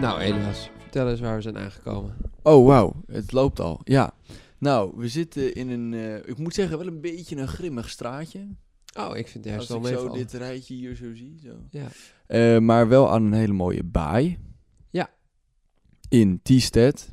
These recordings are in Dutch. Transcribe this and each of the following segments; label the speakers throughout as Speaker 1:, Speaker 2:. Speaker 1: Nou, Elias, vertel eens waar we zijn aangekomen.
Speaker 2: Oh, wauw. Het loopt al. Ja. Nou, we zitten in een, eh, ik moet zeggen, wel een beetje een grimmig straatje.
Speaker 1: Oh, ik vind de
Speaker 2: Als
Speaker 1: herstel
Speaker 2: ik zo
Speaker 1: meevallen.
Speaker 2: dit rijtje hier zo zie. Zo.
Speaker 1: Ja.
Speaker 2: Eh, maar wel aan een hele mooie baai.
Speaker 1: Ja.
Speaker 2: In Tiestedt.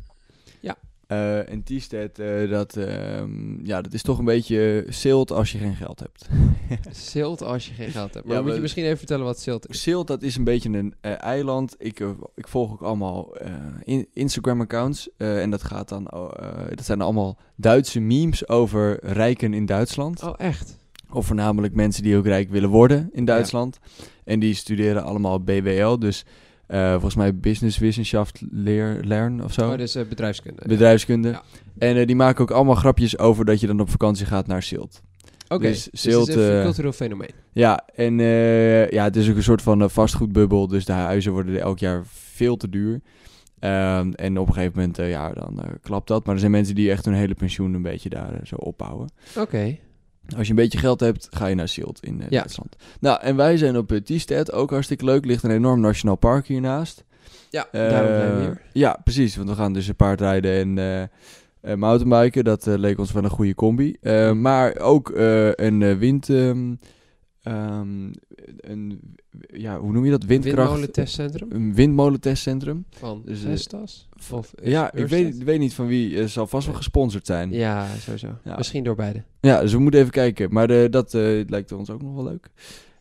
Speaker 1: Ja.
Speaker 2: Eh, en Tiestedt, eh, dat, ehm, ja, dat is toch een beetje silt als je geen geld hebt.
Speaker 1: Silt als je geen geld hebt. Maar
Speaker 2: Ja,
Speaker 1: moet
Speaker 2: maar-
Speaker 1: je misschien even vertellen wat silt is?
Speaker 2: Silt, dat is een beetje een eh, eiland. Ik, eh, ik volg ook allemaal eh, in- Instagram-accounts. eh, en dat, gaat dan, oh, eh, dat zijn allemaal Duitse memes over rijken in Duitsland.
Speaker 1: Oh, echt?
Speaker 2: Of voornamelijk mensen die ook rijk willen worden in Duitsland. En die studeren allemaal BWL. Dus eh, volgens mij businesswissenschaft leer, leren of zo.
Speaker 1: Oh, dus eh, bedrijfskunde. ja.
Speaker 2: Bedrijfskunde.
Speaker 1: Ja.
Speaker 2: En eh, die maken ook allemaal grapjes over dat je dan op vakantie gaat naar Silt.
Speaker 1: Oké,
Speaker 2: dus
Speaker 1: dus, het is
Speaker 2: silt,
Speaker 1: even een
Speaker 2: eh,
Speaker 1: cultureel fenomeen.
Speaker 2: Ja, en eh, ja, het is ook een soort van eh, vastgoedbubbel. Dus de huizen worden elk jaar veel te duur. Ehm, en op een gegeven moment, eh, ja, dan eh, klapt dat. Maar er zijn mensen die echt hun hele pensioen een beetje daar eh, zo opbouwen.
Speaker 1: Oké.
Speaker 2: Als je een beetje geld hebt, ga je naar Silt in eh,
Speaker 1: Ja.
Speaker 2: Duitsland. Nou, en wij zijn op uh, Tiestedt, ook hartstikke leuk. Ligt een enorm nationaal park hiernaast.
Speaker 1: Ja,
Speaker 2: Eh,
Speaker 1: daarom zijn we hier.
Speaker 2: Ja, precies. Want we gaan dus paardrijden en eh eh, mountainbiken. Dat eh, leek ons wel een goede combi. Eh,
Speaker 1: Mhm.
Speaker 2: maar ook eh, een eh, wind... ehm, ehm, een, ja, hoe noem je dat? Windkracht...
Speaker 1: Windmolentestcentrum
Speaker 2: Een windmolentestcentrum.
Speaker 1: van
Speaker 2: Dus, eh,
Speaker 1: Vestas? Of is
Speaker 2: Ja, ik
Speaker 1: Ørsted?
Speaker 2: weet, weet niet van wie. eh, zal vast wel gesponsord zijn. Ja,
Speaker 1: Ja, sowieso.
Speaker 2: Ja.
Speaker 1: Misschien door beide.
Speaker 2: dus we moeten even kijken. Maar eh, dat eh, lijkt ons ook nog wel leuk.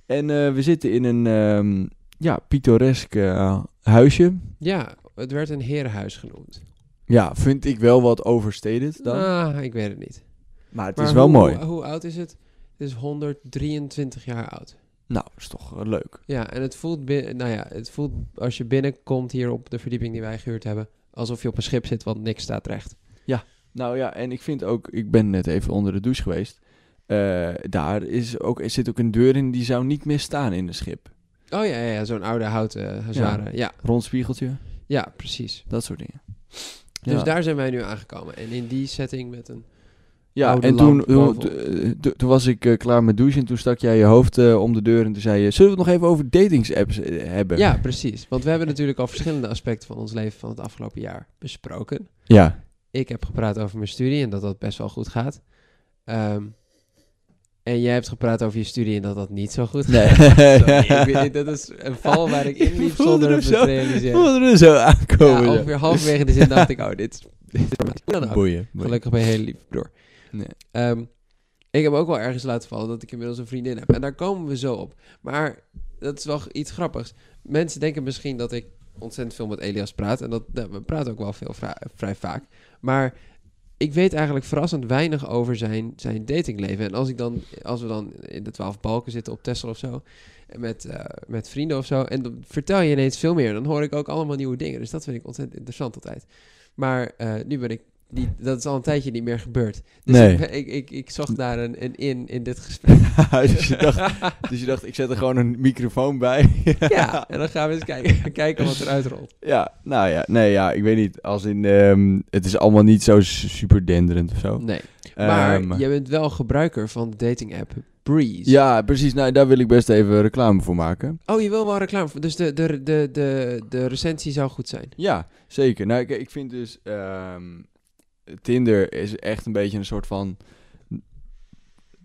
Speaker 2: En eh, we zitten in een ehm, ja, pittoresk eh, huisje.
Speaker 1: Ja, het werd een herenhuis genoemd.
Speaker 2: Ja, vind ik wel wat overstated dan.
Speaker 1: Ah, ik weet het niet.
Speaker 2: maar het
Speaker 1: Maar
Speaker 2: is wel
Speaker 1: hoe,
Speaker 2: mooi.
Speaker 1: Hoe, oud is het? Het is 123 jaar oud.
Speaker 2: Nou, is toch eh, leuk.
Speaker 1: Ja, en het voelt, bin- nou ja, het voelt als je binnenkomt hier op de verdieping die wij gehuurd hebben, alsof je op een schip zit, want niks staat recht.
Speaker 2: Nou ja, en ik vind ook, ik ben net even onder de douche geweest. Eh, daar is ook, er zit ook een deur in die zou niet meer staan in een schip.
Speaker 1: Oh ja, ja, ja zo'n oude houten hazare. Ja. ja,
Speaker 2: Rond spiegeltje,
Speaker 1: precies.
Speaker 2: dat soort dingen.
Speaker 1: Dus
Speaker 2: Ja.
Speaker 1: daar zijn wij nu aangekomen. En in die setting met een...
Speaker 2: Ja,
Speaker 1: Oude
Speaker 2: en toen,
Speaker 1: lamp
Speaker 2: toen,
Speaker 1: bovenop.
Speaker 2: toen- toen was ik eh, klaar met douchen en toen stak jij je hoofd eh, om de deur en toen zei je... Zullen we het nog even over datingsapps eh, hebben?
Speaker 1: Ja, precies. Want we hebben natuurlijk al verschillende aspecten van ons leven van het afgelopen jaar besproken.
Speaker 2: Ja.
Speaker 1: Ik heb gepraat over mijn studie en dat dat best wel goed gaat. Ehm, en jij hebt gepraat over je studie en dat dat niet zo goed
Speaker 2: Nee.
Speaker 1: gaat. Sorry, ik weet- dat is een val waar ik in
Speaker 2: Je
Speaker 1: liep
Speaker 2: voelde
Speaker 1: zonder
Speaker 2: hem
Speaker 1: het me
Speaker 2: zo-
Speaker 1: te realiseren.
Speaker 2: Voelde er zo
Speaker 1: Ja,
Speaker 2: aankomen.
Speaker 1: ongeveer halverwege de zin dacht ik, oh, dit is... Dit is Hoe dan ook.
Speaker 2: Boeien. boeien.
Speaker 1: Gelukkig ben je hele lieve broer.
Speaker 2: Nee.
Speaker 1: Ehm, ik heb ook wel ergens laten vallen dat ik inmiddels een vriendin heb. En daar komen we zo op. Maar dat is wel iets grappigs. Mensen denken misschien dat ik ontzettend veel met Elias praat. En dat, nou, we praten ook wel veel vra- vrij vaak. Maar ik weet eigenlijk verrassend weinig over zijn, zijn datingleven. En als, ik dan, als we dan in de twaalf balken zitten op Tesla of zo... en Met, eh, met vrienden of zo. En dan vertel je ineens veel meer. Dan hoor ik ook allemaal nieuwe dingen. Dus dat vind ik ontzettend interessant altijd. Maar eh, nu ben ik... Niet, dat is al een tijdje niet meer gebeurd. Dus
Speaker 2: Nee.
Speaker 1: ik, ben- ik, ik, ik zocht naar een, een in in dit gesprek.
Speaker 2: dus, je dacht, dus je dacht, ik zet er gewoon een microfoon bij.
Speaker 1: ja, en dan gaan we eens kijken, kijken wat eruit rolt.
Speaker 2: Ja, nou ja, nee, ja, ik weet niet. Als in, ehm, het is allemaal niet zo su- super denderend of zo.
Speaker 1: Nee, maar
Speaker 2: Ehm,
Speaker 1: jij bent wel gebruiker van de dating app Breeze.
Speaker 2: ja, precies. Nou, daar wil ik best even reclame voor maken.
Speaker 1: Oh, je wil wel reclame. voor- Dus de, de, de, de, de recensie zou goed zijn.
Speaker 2: Ja, zeker. Nou, ik, ik vind dus ehm, Tinder is echt een beetje een soort van,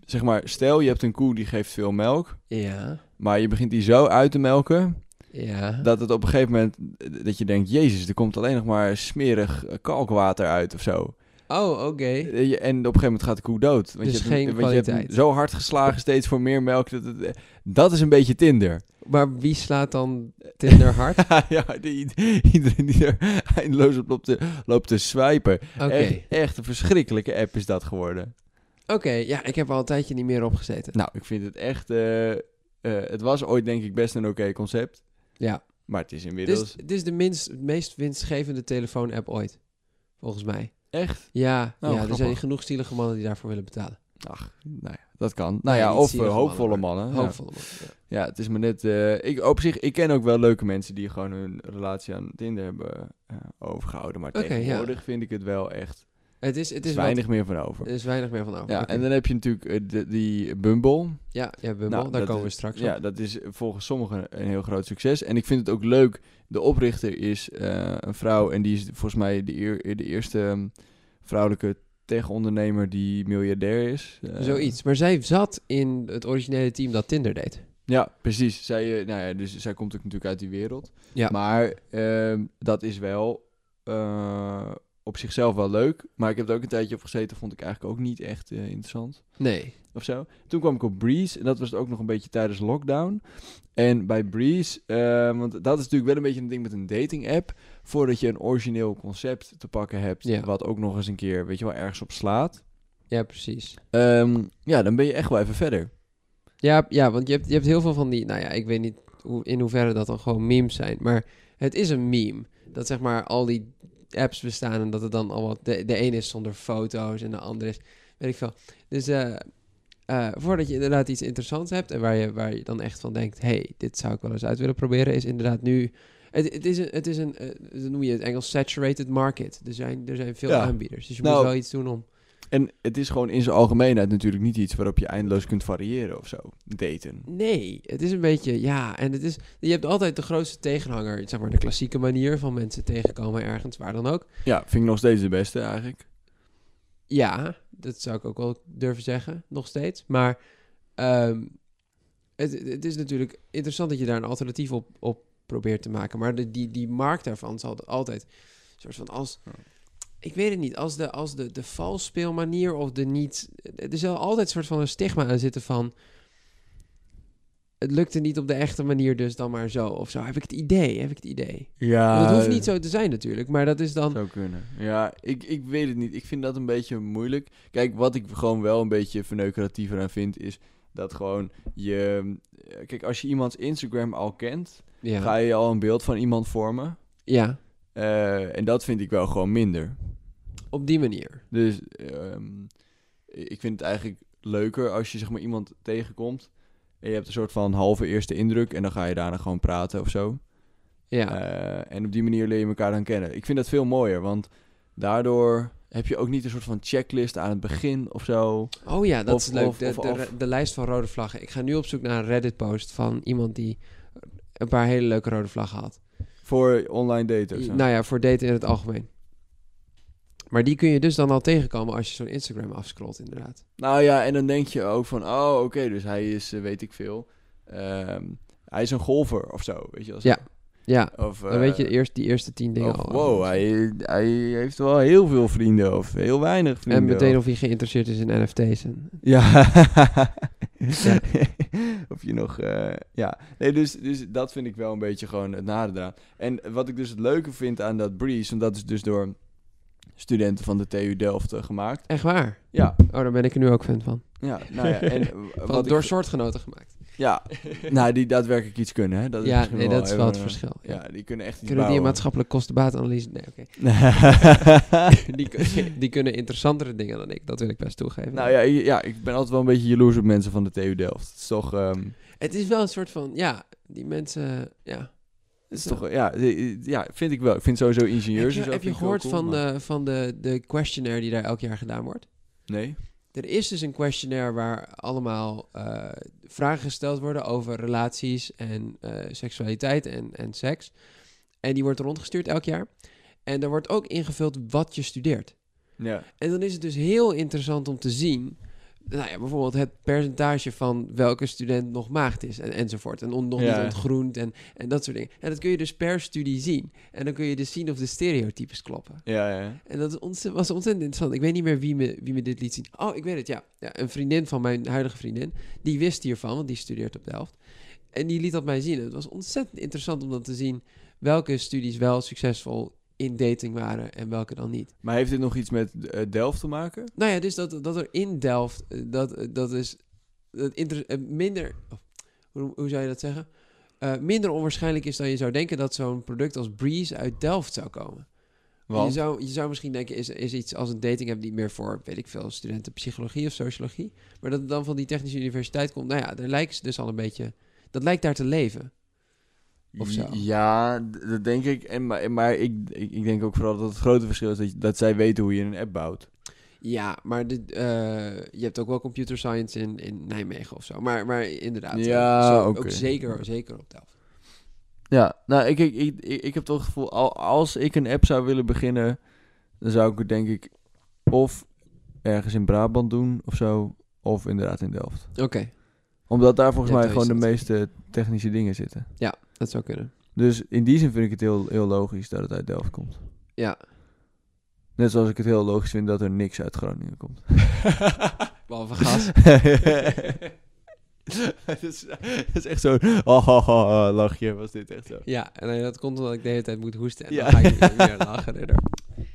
Speaker 2: zeg maar, stel je hebt een koe die geeft veel melk,
Speaker 1: Ja,
Speaker 2: maar je begint die zo uit te melken
Speaker 1: ja.
Speaker 2: dat het op een gegeven moment eh, dat je denkt, jezus, er komt alleen nog maar smerig eh, kalkwater uit of zo.
Speaker 1: Oh, oké.
Speaker 2: Eh, je- En op een gegeven moment gaat de koe dood. Want
Speaker 1: Dus
Speaker 2: je hebt hem-
Speaker 1: geen
Speaker 2: want je hebt hem
Speaker 1: kwaliteit.
Speaker 2: zo hard geslagen steeds voor meer melk. Dat, dat, dat is een beetje Tinder.
Speaker 1: Maar wie slaat dan Tinder hard?
Speaker 2: ja, die, iedereen die er eindeloos op loopt te, loopt te swipen.
Speaker 1: Oké,
Speaker 2: Echt, echt een verschrikkelijke app is dat geworden.
Speaker 1: oké. Ja, ik heb al een tijdje niet meer opgezeten.
Speaker 2: Nou, ik vind het echt... eh, eh, het was ooit denk ik best een oké concept.
Speaker 1: Ja.
Speaker 2: Maar het is
Speaker 1: Dit
Speaker 2: inmiddels
Speaker 1: is, dit Dus is de minst, meest winstgevende telefoon-app ooit. Volgens mij.
Speaker 2: echt...
Speaker 1: Ja,
Speaker 2: Nou,
Speaker 1: ja er zijn
Speaker 2: grappig.
Speaker 1: genoeg stielige mannen die daarvoor willen betalen.
Speaker 2: Nou ja, dat kan.
Speaker 1: Nou
Speaker 2: Nou
Speaker 1: ja,
Speaker 2: ja,
Speaker 1: niet
Speaker 2: of eh,
Speaker 1: zielige mannen,
Speaker 2: hoopvolle
Speaker 1: maar
Speaker 2: mannen. Ja.
Speaker 1: Hoopvolle mannen. Ja.
Speaker 2: Ja, het is maar net... eh, ik, op zich, ik ken ook wel leuke mensen die gewoon hun relatie aan Tinder hebben eh, overgehouden. Maar
Speaker 1: Oké, ja.
Speaker 2: tegenwoordig vind ik het wel echt
Speaker 1: Het is, het
Speaker 2: Er is
Speaker 1: is wat-
Speaker 2: weinig meer van over.
Speaker 1: er is weinig meer van over.
Speaker 2: Ja,
Speaker 1: Oké.
Speaker 2: en dan heb je natuurlijk eh, de- die Bumble.
Speaker 1: ja, ja Bumble, daar
Speaker 2: Nou, dat
Speaker 1: komen we
Speaker 2: is-
Speaker 1: straks
Speaker 2: Ja,
Speaker 1: op.
Speaker 2: dat is volgens sommigen een heel groot succes. En ik vind het ook leuk. De oprichter is eh, een vrouw en die is volgens mij de, eer- de eerste ehm, vrouwelijke tech-ondernemer die miljardair is. Eh,
Speaker 1: Zoiets. Maar zij zat in het originele team dat Tinder deed.
Speaker 2: Ja, precies. Zij, eh, nou ja, dus zij komt ook natuurlijk uit die wereld.
Speaker 1: Ja.
Speaker 2: Maar ehm, dat is wel eh, op zichzelf wel leuk. Maar ik heb er ook een tijdje op gezeten, vond ik eigenlijk ook niet echt eh, interessant.
Speaker 1: Nee.
Speaker 2: of zo. Toen kwam ik op Breeze en dat was het ook nog een beetje tijdens lockdown. En bij Breeze, eh, want dat is natuurlijk wel een beetje een ding met een dating app. Voordat je een origineel concept te pakken hebt,
Speaker 1: Ja.
Speaker 2: wat ook nog eens een keer, weet je wel, ergens op slaat.
Speaker 1: Ja, precies.
Speaker 2: Ehm, ja, dan ben je echt wel even verder.
Speaker 1: Ja, ja want je hebt, je hebt heel veel van die... Nou ja, ik weet niet hoe, in hoeverre dat dan gewoon memes zijn. Maar het is een meme. Dat zeg maar al die apps bestaan en dat het dan allemaal... De, de een is zonder foto's en de ander is... Weet ik veel. Dus eh, eh, voordat je inderdaad iets interessants hebt... en waar je, waar je dan echt van denkt... hé, hey, dit zou ik wel eens uit willen proberen... is inderdaad nu... Het, het is een, het is een eh, dat noem je het Engels, saturated market. Er zijn, er zijn veel
Speaker 2: Ja.
Speaker 1: aanbieders. Dus je
Speaker 2: Nou,
Speaker 1: moet wel iets doen om...
Speaker 2: En het is gewoon in zijn algemeenheid natuurlijk niet iets waarop je eindeloos kunt variëren of zo. Daten.
Speaker 1: Nee, het is een beetje, ja, en het is, je hebt altijd de grootste tegenhanger, zeg maar de klassieke manier van mensen tegenkomen ergens, waar dan ook.
Speaker 2: Ja, vind ik nog steeds de beste eigenlijk.
Speaker 1: Ja, dat zou ik ook wel durven zeggen, nog steeds. Maar ehm, het, het is natuurlijk interessant dat je daar een alternatief op, op probeert te maken. Maar de, die, die markt daarvan zal altijd, een soort van als,
Speaker 2: Ja.
Speaker 1: ik weet het niet, als de, als de, de valsspeelmanier of de niet, er zal altijd een soort van een stigma aan zitten van, het lukte niet op de echte manier, dus dan maar zo of zo. Heb ik het idee, heb ik het idee.
Speaker 2: Ja.
Speaker 1: dat hoeft niet zo te zijn natuurlijk, maar dat is dan...
Speaker 2: Zou kunnen. Ja, ik, ik weet het niet. Ik vind dat een beetje moeilijk. Kijk, wat ik gewoon wel een beetje verneukeratiever aan vind, is dat gewoon je... eh, Kijk, als je iemands Instagram al kent, ga
Speaker 1: Ja,
Speaker 2: je al een beeld van iemand vormen.
Speaker 1: ja
Speaker 2: Eh, en dat vind ik wel gewoon minder.
Speaker 1: op die manier.
Speaker 2: Dus ehm, ik vind het eigenlijk leuker als je zeg maar iemand tegenkomt en je hebt een soort van halve eerste indruk en dan ga je daarna gewoon praten of zo.
Speaker 1: Ja.
Speaker 2: Eh, en op die manier leer je elkaar dan kennen. Ik vind dat veel mooier, want daardoor heb je ook niet een soort van checklist aan het begin of zo.
Speaker 1: Oh ja, dat
Speaker 2: Of-
Speaker 1: is leuk.
Speaker 2: of-
Speaker 1: de,
Speaker 2: of-
Speaker 1: de,
Speaker 2: of-
Speaker 1: de lijst van rode vlaggen. Ik ga nu op zoek naar een Reddit-post van iemand die een paar hele leuke rode vlaggen had.
Speaker 2: Voor online daten of zo.
Speaker 1: Nou ja, voor daten in het algemeen. Maar die kun je dus dan al tegenkomen als je zo'n Instagram afscrollt, inderdaad.
Speaker 2: Nou ja, en dan denk je ook van, oh oké, dus hij is, eh, weet ik veel, ehm, hij is een golfer of zo, weet je wel. zo.
Speaker 1: Ja, Ja,
Speaker 2: Of,
Speaker 1: dan weet je
Speaker 2: eh,
Speaker 1: eerst die eerste tien dingen
Speaker 2: of,
Speaker 1: al.
Speaker 2: wow, hij, hij heeft wel heel veel vrienden of heel weinig vrienden.
Speaker 1: en meteen
Speaker 2: of-
Speaker 1: of hij geïnteresseerd is in NFT's. En...
Speaker 2: Ja. of je nog... eh, ja. Nee, dus, dus dat vind ik wel een beetje gewoon het nadeel eraan. En wat ik dus het leuke vind aan dat Breeze... want dat is dus door studenten van de TU Delft eh, gemaakt.
Speaker 1: Echt waar?
Speaker 2: Ja,
Speaker 1: Oh, daar ben ik er nu ook fan van.
Speaker 2: ja, nou ja. En
Speaker 1: Van,
Speaker 2: wat ik-
Speaker 1: door soortgenoten gemaakt.
Speaker 2: Ja, nou, die daadwerkelijk iets kunnen, hè. Dat is
Speaker 1: ja,
Speaker 2: misschien
Speaker 1: nee, dat is wel het
Speaker 2: even- eh,
Speaker 1: verschil. Ja.
Speaker 2: Ja, die kunnen echt
Speaker 1: Kunnen
Speaker 2: iets
Speaker 1: die een
Speaker 2: bouwen.
Speaker 1: maatschappelijk kostenbaatanalyse? Nee, oké. die, kun- die kunnen interessantere dingen dan ik, dat wil ik best toegeven.
Speaker 2: nou ja, ja, ik ben altijd wel een beetje jaloers op mensen van de TU Delft. Het is toch... ehm,
Speaker 1: Het is wel een soort van, ja, die mensen, ja.
Speaker 2: Het is toch, ja, eh, ja, vind ik wel. Ik vind sowieso ingenieurs.
Speaker 1: heb
Speaker 2: en
Speaker 1: je,
Speaker 2: zo
Speaker 1: heb je
Speaker 2: vind ik wel
Speaker 1: gehoord
Speaker 2: cool,
Speaker 1: van,
Speaker 2: maar-
Speaker 1: de, van de, de questionnaire die daar elk jaar gedaan wordt?
Speaker 2: Nee.
Speaker 1: Er is dus een questionnaire waar allemaal eh, vragen gesteld worden over relaties en eh, seksualiteit en, en seks. En die wordt rondgestuurd elk jaar. En daar wordt ook ingevuld wat je studeert.
Speaker 2: Ja.
Speaker 1: En dan is het dus heel interessant om te zien. Nou ja, bijvoorbeeld het percentage van welke student nog maagd is en, enzovoort. En on- nog
Speaker 2: Ja.
Speaker 1: niet ontgroend en, en dat soort dingen. En dat kun je dus per studie zien. En dan kun je dus zien of de stereotypes kloppen.
Speaker 2: Ja, ja.
Speaker 1: En dat is ontzettend, was ontzettend interessant. Ik weet niet meer wie me, wie me dit liet zien. Oh, ik weet het, ja. ja. Een vriendin van mijn huidige vriendin, die wist hiervan, want die studeert op Delft. En die liet dat mij zien. En het was ontzettend interessant om dan te zien welke studies wel succesvol in dating waren en welke dan niet.
Speaker 2: Maar heeft dit nog iets met eh, Delft te maken?
Speaker 1: Nou ja, dus dat, dat er in Delft, eh, dat, eh, dat is dat inter- eh, minder, oh, hoe, hoe zou je dat zeggen? Eh, minder onwaarschijnlijk is dan je zou denken dat zo'n product als Breeze uit Delft zou komen. Je
Speaker 2: Want?
Speaker 1: zou, je zou misschien denken, is, is iets als een dating app die meer voor, weet ik veel, studenten psychologie of sociologie. Maar dat het dan van die technische universiteit komt, nou ja, daar lijkt ze dus al een beetje, dat lijkt daar te leven. Of zo.
Speaker 2: Ja, d- dat denk ik. En, maar maar ik, ik, ik denk ook vooral dat het grote verschil is dat, je- dat zij weten hoe je een app bouwt.
Speaker 1: Ja, maar dit, eh, je hebt ook wel computer science in, in Nijmegen of zo. Maar, maar inderdaad. eh,
Speaker 2: Ja,
Speaker 1: zo-
Speaker 2: oké.
Speaker 1: Ook zeker, zeker op Delft.
Speaker 2: Ja, nou, ik, ik, ik, ik, ik heb toch het gevoel, al, als ik een app zou willen beginnen, dan zou ik het denk ik of ergens in Brabant doen of zo, of inderdaad in Delft.
Speaker 1: Oké,
Speaker 2: Omdat daar volgens
Speaker 1: Ja,
Speaker 2: mij
Speaker 1: daar is
Speaker 2: gewoon de
Speaker 1: dat.
Speaker 2: meeste technische dingen zitten.
Speaker 1: dat zou kunnen.
Speaker 2: Dus in die zin vind ik het heel, heel logisch dat het uit Delft komt.
Speaker 1: Ja.
Speaker 2: Net zoals ik het heel logisch vind dat er niks uit Groningen komt.
Speaker 1: Behalve gas.
Speaker 2: dat, is, dat is echt zo'n oh, oh, oh, lachje, was dit echt zo.
Speaker 1: ja, en eh, dat komt omdat ik de hele tijd moet hoesten. En
Speaker 2: Ja.
Speaker 1: dan ga ik weer- weer lachen eerder.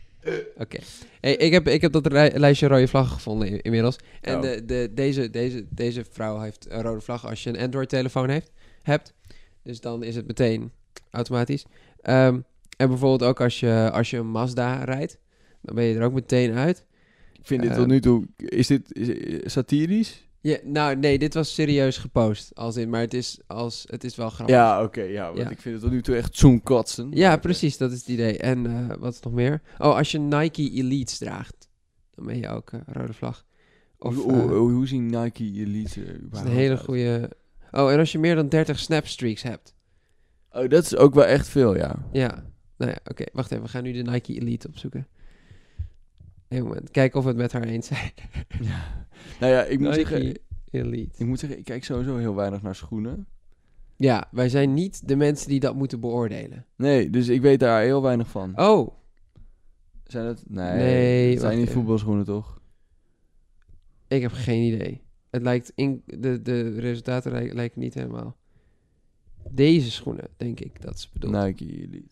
Speaker 1: Oké. Hey, ik, heb, ik heb dat rij- lijstje rode vlaggen gevonden in- inmiddels. En
Speaker 2: Oh.
Speaker 1: de, de, deze, deze, deze vrouw heeft een rode vlag als je een Android-telefoon heeft, hebt. Dus dan is het meteen automatisch. Ehm, en bijvoorbeeld ook als je, als je een Mazda rijdt. Dan ben je er ook meteen uit.
Speaker 2: Ik vind dit
Speaker 1: Eh.
Speaker 2: tot nu toe, is dit is- satirisch?
Speaker 1: Ja, nou, nee, dit was serieus gepost. Als in, maar het is, als, het is wel grappig.
Speaker 2: Ja, oké, ja, want
Speaker 1: Ja.
Speaker 2: ik vind het tot nu toe echt zo'n kotsen.
Speaker 1: Ja, precies, dat is het idee. En eh, wat is nog meer? Oh, als je Nike Elites draagt, dan ben je ook eh, rode vlag. Of,
Speaker 2: hoe,
Speaker 1: eh,
Speaker 2: hoe, hoe, hoe zien Nike Elite er
Speaker 1: dat is
Speaker 2: überhaupt
Speaker 1: een hele
Speaker 2: uit?
Speaker 1: goede. Oh, en als je meer dan 30 snapstreaks hebt.
Speaker 2: Oh, dat is ook wel echt veel, ja.
Speaker 1: Ja. Nou ja, oké, wacht even. We gaan nu de Nike Elite opzoeken. Een moment. Kijken of we het met haar eens zijn.
Speaker 2: Nou ja, ik moet, zeggen,
Speaker 1: Nike Elite.
Speaker 2: ik moet zeggen, ik kijk sowieso heel weinig naar schoenen.
Speaker 1: Ja, wij zijn niet de mensen die dat moeten beoordelen.
Speaker 2: Nee, dus ik weet daar heel weinig van.
Speaker 1: Oh,
Speaker 2: Zijn dat? Nee.
Speaker 1: Nee,
Speaker 2: het zijn
Speaker 1: wacht
Speaker 2: niet
Speaker 1: even.
Speaker 2: voetbalschoenen, toch?
Speaker 1: ik heb geen idee. Het lijkt in, de, de resultaten lij- lijken niet helemaal. Deze schoenen, denk ik, dat ze bedoelt.
Speaker 2: Nike Elite.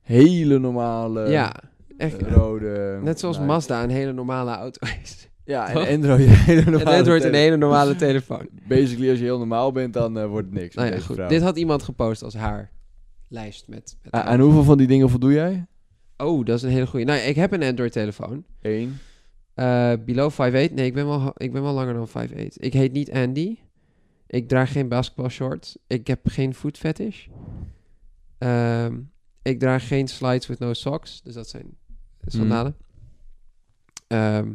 Speaker 2: Hele normale.
Speaker 1: Ja,
Speaker 2: eh, nou,
Speaker 1: echt.
Speaker 2: Rode.
Speaker 1: Net zoals
Speaker 2: Nike.
Speaker 1: Mazda een hele normale auto is.
Speaker 2: Ja, en
Speaker 1: toch?
Speaker 2: Android. Een hele
Speaker 1: En
Speaker 2: normale.
Speaker 1: Android een
Speaker 2: tele-
Speaker 1: hele normale telefoon.
Speaker 2: Basically, als je heel normaal bent, dan eh, wordt het niks.
Speaker 1: Nou
Speaker 2: met
Speaker 1: ja,
Speaker 2: deze
Speaker 1: goed.
Speaker 2: vrouw.
Speaker 1: Dit had iemand gepost als haar lijst met... met
Speaker 2: A-
Speaker 1: haar.
Speaker 2: aan hoeveel van die dingen voldoe jij?
Speaker 1: Oh, dat is een hele goede. Nou, ja, ik heb een Android telefoon.
Speaker 2: Eén.
Speaker 1: Eh below 5'8". Nee, ik ben, wel, ha- ik ben wel langer dan 5'8". Ik heet niet Andy. Ik draag geen basketbalshorts. Ik heb geen food fetish. Ehm, ik draag geen slides with no socks. Dus dat zijn sandalen. Ehm,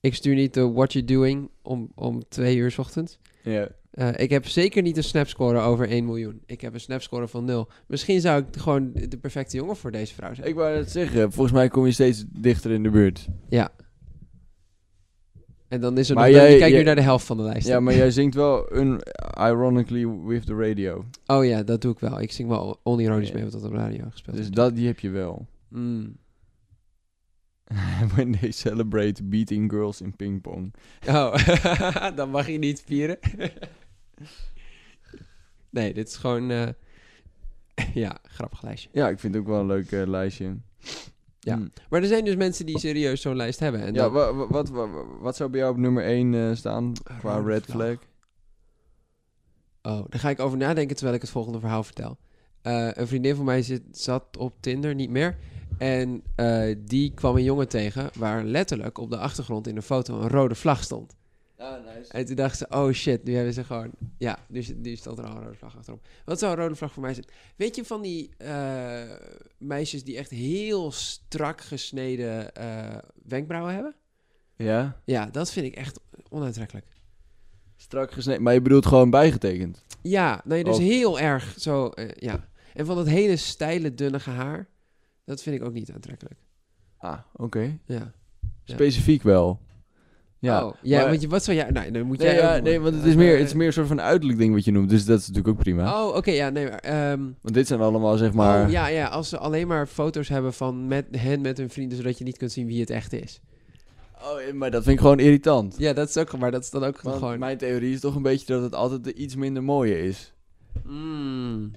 Speaker 1: ik stuur niet de what you doing om, om twee uur 's ochtends.
Speaker 2: Ja.
Speaker 1: Eh, ik heb zeker niet een snapscore over 1 miljoen. Ik heb een snapscore van 0. Misschien zou ik gewoon de perfecte jongen voor deze vrouw zijn.
Speaker 2: Ik wou net zeggen, volgens mij kom je steeds dichter in de buurt.
Speaker 1: En dan is er
Speaker 2: Maar
Speaker 1: nog... dan-
Speaker 2: jij-
Speaker 1: je kijkt
Speaker 2: jij-
Speaker 1: nu naar de helft van de lijst.
Speaker 2: Ja, maar jij zingt wel een ironically with the radio.
Speaker 1: Oh ja, dat doe ik wel. Ik zing wel onironisch
Speaker 2: Ja.
Speaker 1: mee wat dat op de radio gespeeld
Speaker 2: Dus
Speaker 1: is.
Speaker 2: dat, die heb je wel.
Speaker 1: Mm.
Speaker 2: When they celebrate beating girls in pingpong.
Speaker 1: Oh, dan mag je niet spieren. nee, dit is gewoon... eh, ja, grappig lijstje.
Speaker 2: Ja, ik vind het ook wel een leuk eh, lijstje.
Speaker 1: Ja.
Speaker 2: Hmm.
Speaker 1: Maar er zijn dus mensen die serieus zo'n lijst hebben. En
Speaker 2: ja,
Speaker 1: dan-
Speaker 2: wa- wa- wat, wa- wa- wat zou bij jou op nummer 1 staan qua
Speaker 1: Rode
Speaker 2: red
Speaker 1: vlag.
Speaker 2: flag?
Speaker 1: Oh, daar ga ik over nadenken terwijl ik het volgende verhaal vertel. Eh, een vriendin van mij zit, zat op Tinder, niet meer. En eh, die kwam een jongen tegen waar letterlijk op de achtergrond in de foto een rode vlag stond.
Speaker 2: Ah, nice.
Speaker 1: En toen dacht ze, oh shit, nu hebben ze gewoon... Ja, nu, is- nu stond er al een rode vlag achterop. Wat zou een rode vlag voor mij zijn? Weet je van die eh, meisjes die echt heel strak gesneden eh, wenkbrauwen hebben?
Speaker 2: Ja,
Speaker 1: Ja, dat vind ik echt onaantrekkelijk.
Speaker 2: strak gesneden. Maar je bedoelt gewoon bijgetekend?
Speaker 1: Ja, nou ja, dus
Speaker 2: Of-
Speaker 1: heel erg zo, eh, ja. En van dat hele steile, dunnige haar, dat vind ik ook niet aantrekkelijk.
Speaker 2: Ah, oké.
Speaker 1: Ja. Ja.
Speaker 2: Specifiek wel. Ja,
Speaker 1: Oh, ja
Speaker 2: maar-
Speaker 1: want je, wat zou jij... Nou, dan moet
Speaker 2: Nee,
Speaker 1: jij
Speaker 2: ja,
Speaker 1: ook- Eh,
Speaker 2: nee, want het is, meer, het is meer een soort van uiterlijk ding wat je noemt. Dus dat is natuurlijk ook prima.
Speaker 1: Oh, oké, ja, nee, maar... ehm,
Speaker 2: Want dit zijn allemaal, zeg maar...
Speaker 1: oh, ja, ja, als ze alleen maar foto's hebben van met hen met hun vrienden, zodat je niet kunt zien wie het echt is.
Speaker 2: Oh, eh, maar dat vind ik gewoon irritant.
Speaker 1: Ja, dat is ook... Maar dat is dan ook
Speaker 2: Want
Speaker 1: gewoon...
Speaker 2: mijn theorie is toch een beetje dat het altijd de iets minder mooie is.
Speaker 1: Mm.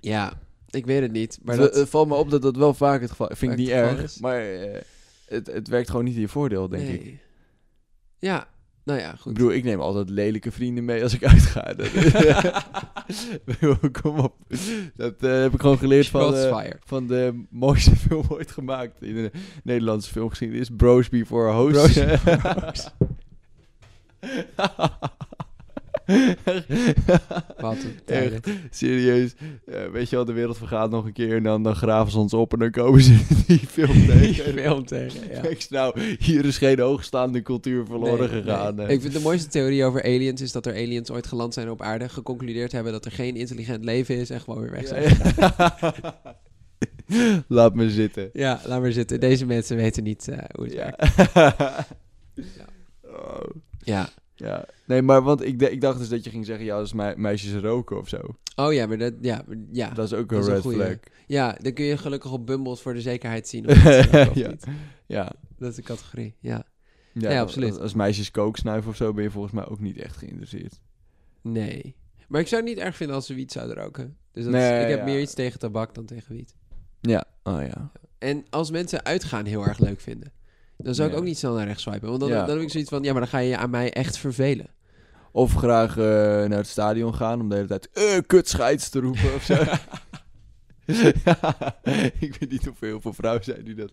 Speaker 1: ja, ik weet het niet, maar
Speaker 2: Maar
Speaker 1: dat...
Speaker 2: het eh, valt me op dat dat wel vaak het geval Vind
Speaker 1: Vaak
Speaker 2: ik niet
Speaker 1: het geval
Speaker 2: erg,
Speaker 1: is.
Speaker 2: maar eh, het, het werkt gewoon niet in je voordeel, denk ik.
Speaker 1: nee. Ja, nou ja,
Speaker 2: Ik
Speaker 1: goed.
Speaker 2: bedoel, ik neem altijd lelijke vrienden mee als ik uitga. Dat- Ik bedoel, Kom op. Dat eh, heb ik gewoon geleerd van,
Speaker 1: Shots
Speaker 2: eh,
Speaker 1: fired.
Speaker 2: van de mooiste film ooit gemaakt in de Nederlandse filmgeschiedenis. Bros Before Hoes.
Speaker 1: Bros Wat een tijden.
Speaker 2: Serieus. Eh, weet je wel, de wereld vergaat nog een keer en dan, dan graven ze ons op en dan komen ze die film tegen.
Speaker 1: Film tegen, ja.
Speaker 2: Niks nou, hier is geen hoogstaande cultuur verloren
Speaker 1: Nee,
Speaker 2: gegaan.
Speaker 1: nee.
Speaker 2: hè.
Speaker 1: Ik vind de mooiste theorie over aliens is dat er aliens ooit geland zijn op aarde, geconcludeerd hebben dat er geen intelligent leven is en gewoon weer weg zijn. Ja,
Speaker 2: Ja. Laat me zitten.
Speaker 1: laat maar zitten. Deze mensen weten niet eh, hoe het
Speaker 2: Ja.
Speaker 1: werkt.
Speaker 2: Oh,
Speaker 1: Ja.
Speaker 2: ja. Nee, maar want ik, d- ik dacht dus dat je ging zeggen, ja, dat is me- meisjes roken of zo.
Speaker 1: Oh ja, maar dat, ja, maar- ja.
Speaker 2: Dat is ook een
Speaker 1: dat is een
Speaker 2: red
Speaker 1: goeie.
Speaker 2: flag.
Speaker 1: ja, dan kun je gelukkig op Bumble voor de zekerheid zien. Of mensen roken of
Speaker 2: Ja.
Speaker 1: niet.
Speaker 2: Ja.
Speaker 1: Dat is de categorie, ja.
Speaker 2: Ja,
Speaker 1: Ja, absoluut.
Speaker 2: Als, als meisjes kook snuiven of zo, ben je volgens mij ook niet echt geïnteresseerd.
Speaker 1: Nee. Maar ik zou het niet erg vinden als ze wiet zouden roken. Dus dat
Speaker 2: Nee,
Speaker 1: is, ik heb
Speaker 2: ja.
Speaker 1: meer iets tegen tabak dan tegen wiet.
Speaker 2: Ja. Oh ja.
Speaker 1: En als mensen uitgaan heel erg leuk vinden, dan zou ik
Speaker 2: Ja.
Speaker 1: ook niet snel naar rechts swipen. Want dan,
Speaker 2: Ja.
Speaker 1: dan heb ik zoiets van, ja, maar dan ga je je aan mij echt vervelen.
Speaker 2: Of graag eh, naar het stadion gaan om de hele tijd eh kut scheids te roepen of zo. ik weet niet of er heel veel vrouwen zijn die dat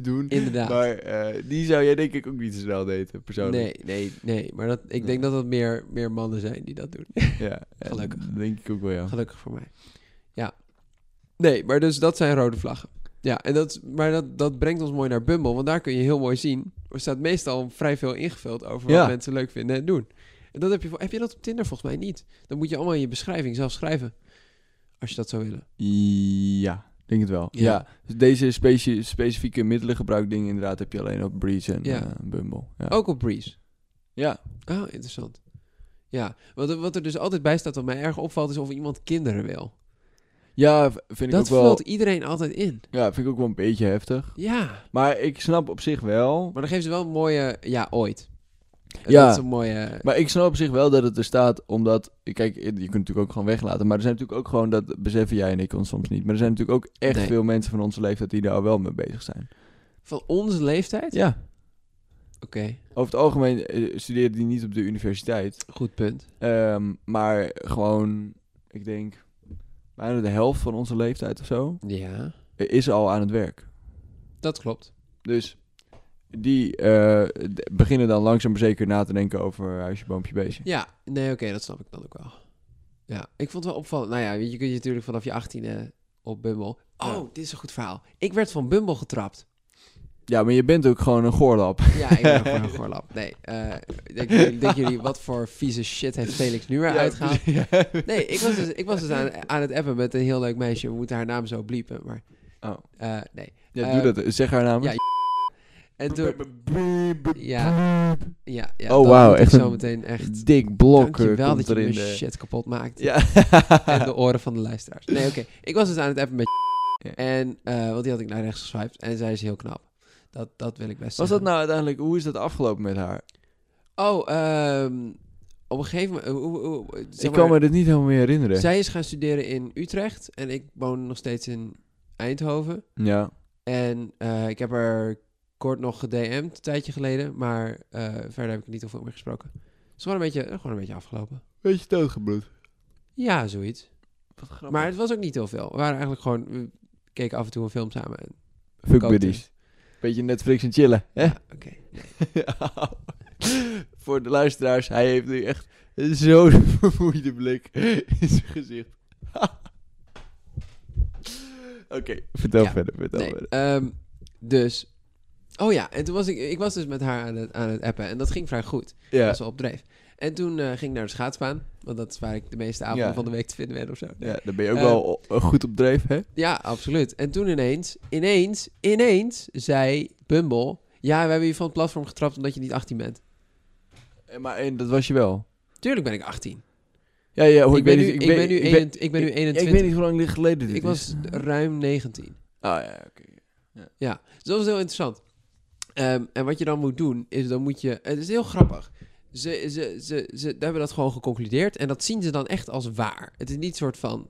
Speaker 2: doen.
Speaker 1: Inderdaad.
Speaker 2: Maar eh, die zou jij denk ik ook niet zo snel daten, persoonlijk.
Speaker 1: Nee, nee, nee. Maar dat, ik
Speaker 2: Nee.
Speaker 1: denk dat dat meer, meer mannen zijn die dat doen.
Speaker 2: Ja, en
Speaker 1: Gelukkig.
Speaker 2: dat Denk ik ook wel, ja.
Speaker 1: Gelukkig voor mij. Ja. Nee, maar dus dat zijn rode vlaggen. Ja, en dat, maar dat, dat brengt ons mooi naar Bumble. Want daar kun je heel mooi zien. Er staat meestal vrij veel ingevuld over
Speaker 2: Ja.
Speaker 1: wat mensen leuk vinden en doen. En dat heb, je, voor- heb je dat op Tinder volgens mij niet. Dan moet je allemaal in je beschrijving zelf schrijven. Als je dat zou willen.
Speaker 2: Ja, denk het wel.
Speaker 1: Ja.
Speaker 2: Ja. Dus deze specie- specifieke middelengebruikdingen inderdaad heb je alleen op Breeze en
Speaker 1: Ja. Oh.
Speaker 2: eh, Bumble. Ja.
Speaker 1: Ook op Breeze.
Speaker 2: ja.
Speaker 1: Ah, interessant. Ja, wat, wat er dus altijd bij staat wat mij erg opvalt... is of iemand kinderen wil.
Speaker 2: Ja, v- vind
Speaker 1: dat
Speaker 2: ik ook wel,
Speaker 1: vult iedereen altijd in.
Speaker 2: ja, vind ik ook wel een beetje heftig.
Speaker 1: Ja.
Speaker 2: Maar ik snap op zich wel.
Speaker 1: Maar dan geven ze wel een mooie... Ja, ooit. En
Speaker 2: Ja.
Speaker 1: Dat is een mooie...
Speaker 2: Maar ik snap op zich wel dat het er staat, omdat... Kijk, je kunt het natuurlijk ook gewoon weglaten. Maar er zijn natuurlijk ook gewoon, dat beseffen jij en ik ons soms niet. Maar er zijn natuurlijk ook echt
Speaker 1: Nee.
Speaker 2: veel mensen van onze leeftijd die daar wel mee bezig zijn.
Speaker 1: Van onze leeftijd?
Speaker 2: Ja.
Speaker 1: Oké,
Speaker 2: Over het algemeen eh, studeren die niet op de universiteit.
Speaker 1: goed punt.
Speaker 2: Ehm, maar gewoon, ik denk, bijna de helft van onze leeftijd of zo
Speaker 1: Ja,
Speaker 2: eh, is al aan het werk.
Speaker 1: dat klopt.
Speaker 2: Dus die eh, d- beginnen dan langzaam maar zeker na te denken over huisje, boompje, beestje.
Speaker 1: Ja, nee, oké, dat snap ik dan ook wel. Ja, ik vond het wel opvallend. Nou ja, weet je je kunt je natuurlijk vanaf je achttiende op Bumble. Oh,
Speaker 2: Ja.
Speaker 1: dit is een goed verhaal. Ik werd van Bumble getrapt.
Speaker 2: Ja, maar je bent ook gewoon een goorlap.
Speaker 1: Ja, ik ben gewoon een goorlap. Nee, eh, ik denk, ik denk jullie, wat voor vieze shit heeft Felix nu weer uitgehaald? Nee, ik was dus, ik was dus aan, aan het appen met een heel leuk meisje. We moeten haar naam zo bliepen, maar...
Speaker 2: Oh.
Speaker 1: eh, nee.
Speaker 2: Ja, doe dat. Zeg haar naam.
Speaker 1: ja, En toen... Ja. Ja, ja.
Speaker 2: Oh,
Speaker 1: dat
Speaker 2: wauw,
Speaker 1: moet ik
Speaker 2: echt
Speaker 1: zo
Speaker 2: een
Speaker 1: meteen echt...
Speaker 2: Dik blok eh,
Speaker 1: Dankjewel
Speaker 2: komt
Speaker 1: dat je
Speaker 2: erin.
Speaker 1: mijn
Speaker 2: de-
Speaker 1: shit kapot maakt.
Speaker 2: Ja.
Speaker 1: En de oren van de luisteraars. Nee, oké. Ik was dus aan het appen met
Speaker 2: Ja.
Speaker 1: En, eh, want die had ik naar rechts geswiped. En zij is heel knap. Dat, dat wil ik best
Speaker 2: Was dat
Speaker 1: zeggen.
Speaker 2: nou uiteindelijk, hoe is dat afgelopen met haar?
Speaker 1: Oh, ehm, op een gegeven moment... hoe- hoe- hoe- zeg
Speaker 2: ik kan
Speaker 1: maar,
Speaker 2: me dit niet helemaal meer herinneren.
Speaker 1: zij is gaan studeren in Utrecht. En ik woon nog steeds in Eindhoven.
Speaker 2: Ja.
Speaker 1: En eh, ik heb haar kort nog gedM'd, een tijdje geleden. Maar eh, verder heb ik niet heel veel meer gesproken. Het is gewoon een beetje, gewoon een beetje afgelopen.
Speaker 2: Beetje doodgebloed.
Speaker 1: Ja, zoiets.
Speaker 2: Wat grappig.
Speaker 1: Maar het was ook niet heel veel. We waren eigenlijk gewoon... We keken af en toe een film samen. En,
Speaker 2: Fuck
Speaker 1: kookte.
Speaker 2: buddies. Beetje Netflix en chillen, hè?
Speaker 1: Ja, oké.
Speaker 2: Voor de luisteraars, hij heeft nu echt zo'n vermoeide blik in zijn gezicht. Oké, vertel
Speaker 1: Ja,
Speaker 2: verder, vertel
Speaker 1: Nee,
Speaker 2: verder.
Speaker 1: ehm, dus... Oh ja, en toen was ik... Ik was dus met haar aan het, aan het appen. En dat ging vrij goed.
Speaker 2: Ja,
Speaker 1: Als ze opdreef. En toen eh, ging ik naar de schaatsbaan. Want dat is waar ik de meeste avonden
Speaker 2: Ja.
Speaker 1: van de week te vinden ben of zo.
Speaker 2: ja, daar ben je ook
Speaker 1: Eh,
Speaker 2: wel o- goed op dreef, hè?
Speaker 1: Ja, absoluut. En toen ineens, ineens, ineens zei Bumble... Ja, we hebben je van het platform getrapt omdat je niet 18 bent.
Speaker 2: Eh, Maar en, dat was je wel.
Speaker 1: Tuurlijk ben ik 18.
Speaker 2: Ja, ja, hoor,
Speaker 1: ik, ben
Speaker 2: weet
Speaker 1: nu,
Speaker 2: niet-
Speaker 1: ik, ben nu
Speaker 2: ik ben-
Speaker 1: 21, ik ben nu
Speaker 2: ik-
Speaker 1: 21.
Speaker 2: Ik weet niet hoe lang geleden dit
Speaker 1: ik was ruim 19.
Speaker 2: Ah, ja, oké.
Speaker 1: Ja, dus dat was heel interessant. Ehm, en wat je dan moet doen, is dan moet je... Het is heel grappig. Ze, ze, ze, ze hebben dat gewoon geconcludeerd. En dat zien ze dan echt als waar. Het is niet soort van...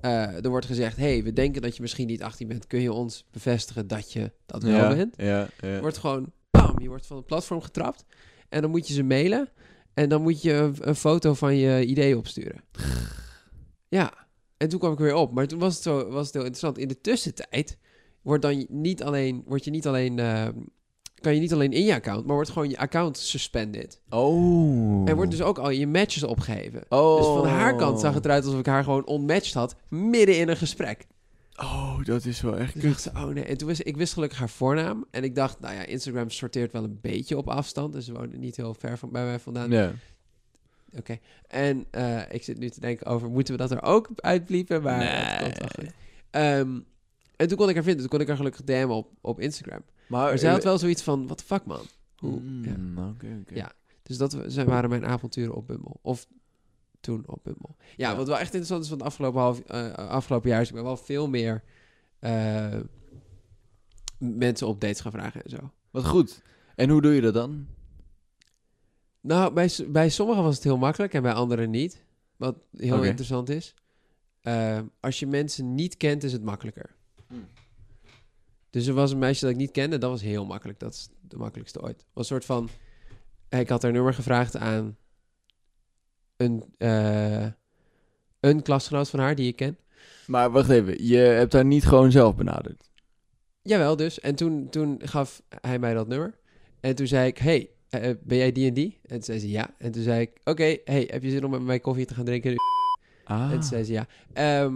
Speaker 1: eh, er wordt gezegd, hey, we denken dat je misschien niet 18 bent. Kun je ons bevestigen dat je dat wel
Speaker 2: ja,
Speaker 1: bent?
Speaker 2: Ja, ja.
Speaker 1: Wordt gewoon, bam, je wordt van het platform getrapt. En dan moet je ze mailen. En dan moet je een, een foto van je idee opsturen. Ja, en toen kwam ik weer op. Maar toen was het, zo, was het heel interessant. In de tussentijd wordt, dan niet alleen, word je niet alleen eh, kan je niet alleen in je account, maar wordt gewoon je account suspended.
Speaker 2: Oh.
Speaker 1: En wordt dus ook al je matches opgegeven.
Speaker 2: oh.
Speaker 1: Dus van haar kant zag het eruit alsof ik haar gewoon onmatched had, midden in een gesprek.
Speaker 2: Oh, dat is wel echt
Speaker 1: Toen
Speaker 2: kut.
Speaker 1: dacht ze, oh nee. En toen wist ik wist gelukkig haar voornaam. En ik dacht, nou ja, Instagram sorteert wel een beetje op afstand. Dus ze woonde niet heel ver van, bij mij vandaan.
Speaker 2: Ja.
Speaker 1: Oké. En eh, ik zit nu te denken over, moeten we dat er ook uitbliepen? Maar het
Speaker 2: Nee.
Speaker 1: komt wel goed. Ehm, en toen kon ik haar vinden. Toen kon ik haar gelukkig DM'en op, op Instagram.
Speaker 2: Maar
Speaker 1: Maar zij had wel zoiets van, what the fuck man? Hoe?
Speaker 2: Eh, Mm,
Speaker 1: Ja.
Speaker 2: oké, oké.
Speaker 1: Ja. Dus dat we- zijn, waren mijn avonturen op Bumble. Of toen op Bumble. Ja,
Speaker 2: Ja.
Speaker 1: wat wel echt interessant is van het afgelopen, half, eh, afgelopen jaar... is ik ben wel veel meer eh, mensen op dates gaan vragen en zo.
Speaker 2: Wat goed. En hoe doe je dat dan?
Speaker 1: Nou, bij, s- bij sommigen was het heel makkelijk en bij anderen niet. Wat heel
Speaker 2: Oké.
Speaker 1: interessant is. Eh, als je mensen niet kent, is het makkelijker.
Speaker 2: Hmm.
Speaker 1: Dus er was een meisje dat ik niet kende, dat was heel makkelijk. Dat is de makkelijkste ooit. Was een soort van... Ik had haar nummer gevraagd aan een, eh, een klasgenoot van haar die ik ken.
Speaker 2: Maar wacht even, je hebt haar niet gewoon zelf benaderd.
Speaker 1: Jawel dus. En toen, toen gaf hij mij dat nummer. En toen zei ik, hey, eh, ben jij die en die? En toen zei ze ja. En toen zei ik, oké, hey, heb je zin om met mij koffie te gaan drinken?
Speaker 2: Ah.
Speaker 1: En toen zei ze ja. Ehm,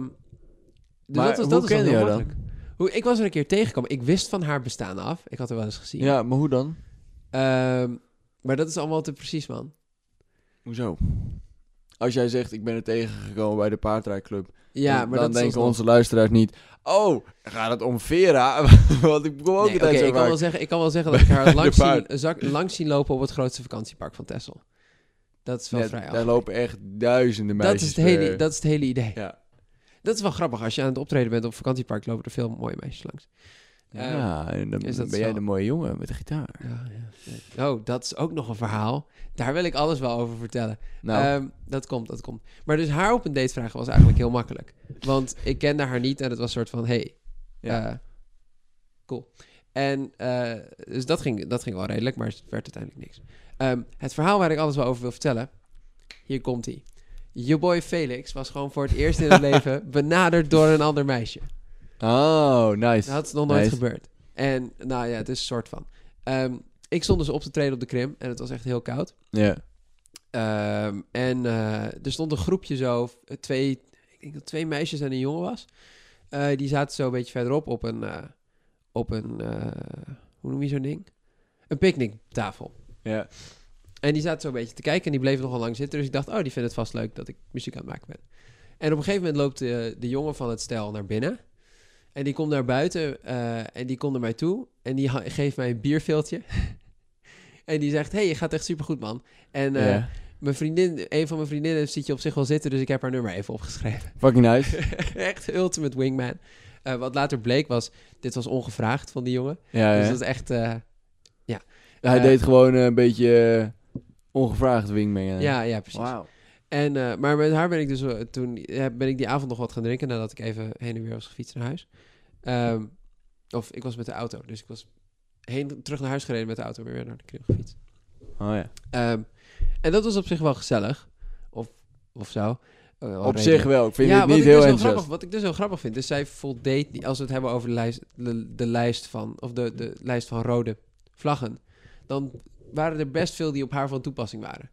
Speaker 1: dus
Speaker 2: Maar
Speaker 1: dat was,
Speaker 2: hoe
Speaker 1: dat was
Speaker 2: ken
Speaker 1: dan
Speaker 2: je
Speaker 1: heel
Speaker 2: haar dan?
Speaker 1: makkelijk. Hoe, ik was er een keer tegengekomen. Ik wist van haar bestaan af. Ik had haar wel eens gezien.
Speaker 2: Ja, maar hoe dan?
Speaker 1: Ehm, maar dat is allemaal te precies, man.
Speaker 2: Hoezo? Als jij zegt, ik ben er tegengekomen bij de paardrijdclub.
Speaker 1: Ja,
Speaker 2: dan-
Speaker 1: maar
Speaker 2: dan
Speaker 1: dat is
Speaker 2: denken
Speaker 1: alsnog-
Speaker 2: onze luisteraars niet... Oh, gaat het om Vera? Want ik kom ook
Speaker 1: Nee,
Speaker 2: het
Speaker 1: oké,
Speaker 2: tijd zo
Speaker 1: ik, kan
Speaker 2: vaak.
Speaker 1: wel zeggen, ik kan wel zeggen dat ik haar
Speaker 2: de
Speaker 1: langs zien,
Speaker 2: paard.
Speaker 1: zak- langs zien lopen op het grootste vakantiepark van Texel. Dat is wel
Speaker 2: Ja,
Speaker 1: vrij
Speaker 2: daar
Speaker 1: afgelegen.
Speaker 2: lopen echt duizenden
Speaker 1: dat
Speaker 2: meisjes
Speaker 1: is, het hele,
Speaker 2: per-
Speaker 1: dat is het hele idee.
Speaker 2: Ja.
Speaker 1: Dat is wel grappig. Als je aan het optreden bent op een vakantiepark, lopen er veel mooie meisjes langs. Eh,
Speaker 2: ja, en dan
Speaker 1: is dat
Speaker 2: ben jij
Speaker 1: zo?
Speaker 2: de mooie jongen met de gitaar.
Speaker 1: ja, ja, ja. Oh, dat is ook nog een verhaal. Daar wil ik alles wel over vertellen.
Speaker 2: Nou,
Speaker 1: Ehm, dat komt, dat komt. Maar dus haar op een date vragen was eigenlijk heel makkelijk. Want ik kende haar niet en het was een soort van, hey,
Speaker 2: Ja.
Speaker 1: eh, cool. En eh, dus dat ging, dat ging wel redelijk, maar het werd uiteindelijk niks. Ehm, het verhaal waar ik alles wel over wil vertellen, hier komt hij. Je boy Felix was gewoon voor het eerst in het leven benaderd door een ander meisje.
Speaker 2: oh, nice.
Speaker 1: Dat is nog nooit
Speaker 2: Nice.
Speaker 1: gebeurd. En nou ja, het is een soort van. Ehm, ik stond dus op te treden op de Krim en het was echt heel koud.
Speaker 2: Ja.
Speaker 1: Ehm, en eh, er stond een groepje zo, v- twee, ik denk dat twee meisjes en een jongen was. Eh, die zaten zo een beetje verderop op een, eh, op een eh, hoe noem je zo'n ding? Een picknicktafel.
Speaker 2: Ja.
Speaker 1: En die zaten zo een beetje te kijken en die bleef nogal lang zitten. Dus ik dacht, oh, die vinden het vast leuk dat ik muziek aan het maken ben. En op een gegeven moment loopt de, de jongen van het stel naar binnen. En die komt naar buiten eh, en die komt naar mij toe. En die ha- geeft mij een bierveeltje. en die zegt, hey, je gaat echt supergoed, man. En eh,
Speaker 2: ja.
Speaker 1: mijn vriendin, een van mijn vriendinnen ziet je op zich wel zitten, dus ik heb haar nummer even opgeschreven.
Speaker 2: Fucking nice.
Speaker 1: echt ultimate wingman. Eh, wat later bleek was, dit was ongevraagd van die jongen.
Speaker 2: ja, ja.
Speaker 1: Dus dat is echt, eh,
Speaker 2: Hij
Speaker 1: eh,
Speaker 2: deed gewoon eh, een beetje eh, ongevraagd wingman.
Speaker 1: ja.
Speaker 2: Ja.
Speaker 1: ja, precies.
Speaker 2: Wauw.
Speaker 1: En, eh, maar met haar ben ik dus eh, toen, ja, ben ik die avond nog wat gaan drinken, nadat ik even heen en weer was gefietst naar huis. Ehm, of ik was met de auto, dus ik was heen, terug naar huis gereden met de auto, weer weer naar de kring gefietst.
Speaker 2: Oh ja.
Speaker 1: Ehm, en dat was op zich wel gezellig, of, of zo. Eh, wel
Speaker 2: Op
Speaker 1: redelijk.
Speaker 2: zich wel. Ik vind het
Speaker 1: wat
Speaker 2: niet
Speaker 1: ik
Speaker 2: heel
Speaker 1: dus heel grappig,
Speaker 2: enthousiast.
Speaker 1: Wat ik dus heel grappig vind, dus zij voldeed niet... Als we het hebben over de lijst, de, de lijst van... Of de, de lijst van rode vlaggen. Dan waren er best veel die op haar van toepassing waren.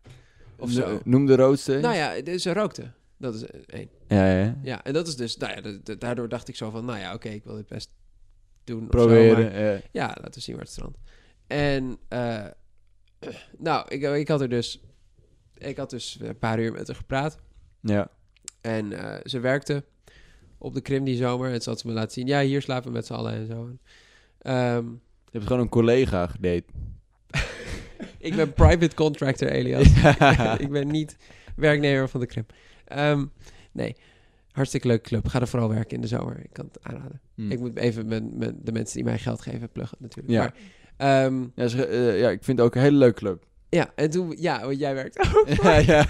Speaker 1: Of
Speaker 2: No-
Speaker 1: zo.
Speaker 2: Noem de roodste.
Speaker 1: Nou ja, de- ze rookte. Dat is eh, één.
Speaker 2: ja, ja, ja.
Speaker 1: Ja, en dat is dus... Nou ja, da- da- daardoor dacht ik zo van... Nou ja, oké, ik wil dit best doen. of zo, maar-
Speaker 2: Proberen. eh, ja.
Speaker 1: ja, laten we zien waar het strand. En, eh, nou, ik, ik had er dus... Ik had dus een paar uur met haar gepraat.
Speaker 2: ja.
Speaker 1: En eh, ze werkte op de Krim die zomer. En ze had ze me laten zien. Ja, hier slapen we met z'n allen en zo. Ehm,
Speaker 2: Je hebt gewoon een collega gedate.
Speaker 1: ik ben private contractor, Elias.
Speaker 2: Ja.
Speaker 1: ik ben niet werknemer van de Krim. Ehm, nee, hartstikke leuke club. Ga er vooral werken in de zomer. Ik kan het aanraden.
Speaker 2: Hm.
Speaker 1: Ik moet even mijn, mijn- de mensen die mij geld geven pluggen natuurlijk.
Speaker 2: Ja.
Speaker 1: Maar, ehm,
Speaker 2: Ja, ze- eh, ja, ik vind het ook een hele leuke club.
Speaker 1: ja, en toen... Ja, want jij werkt.
Speaker 2: ja, ja.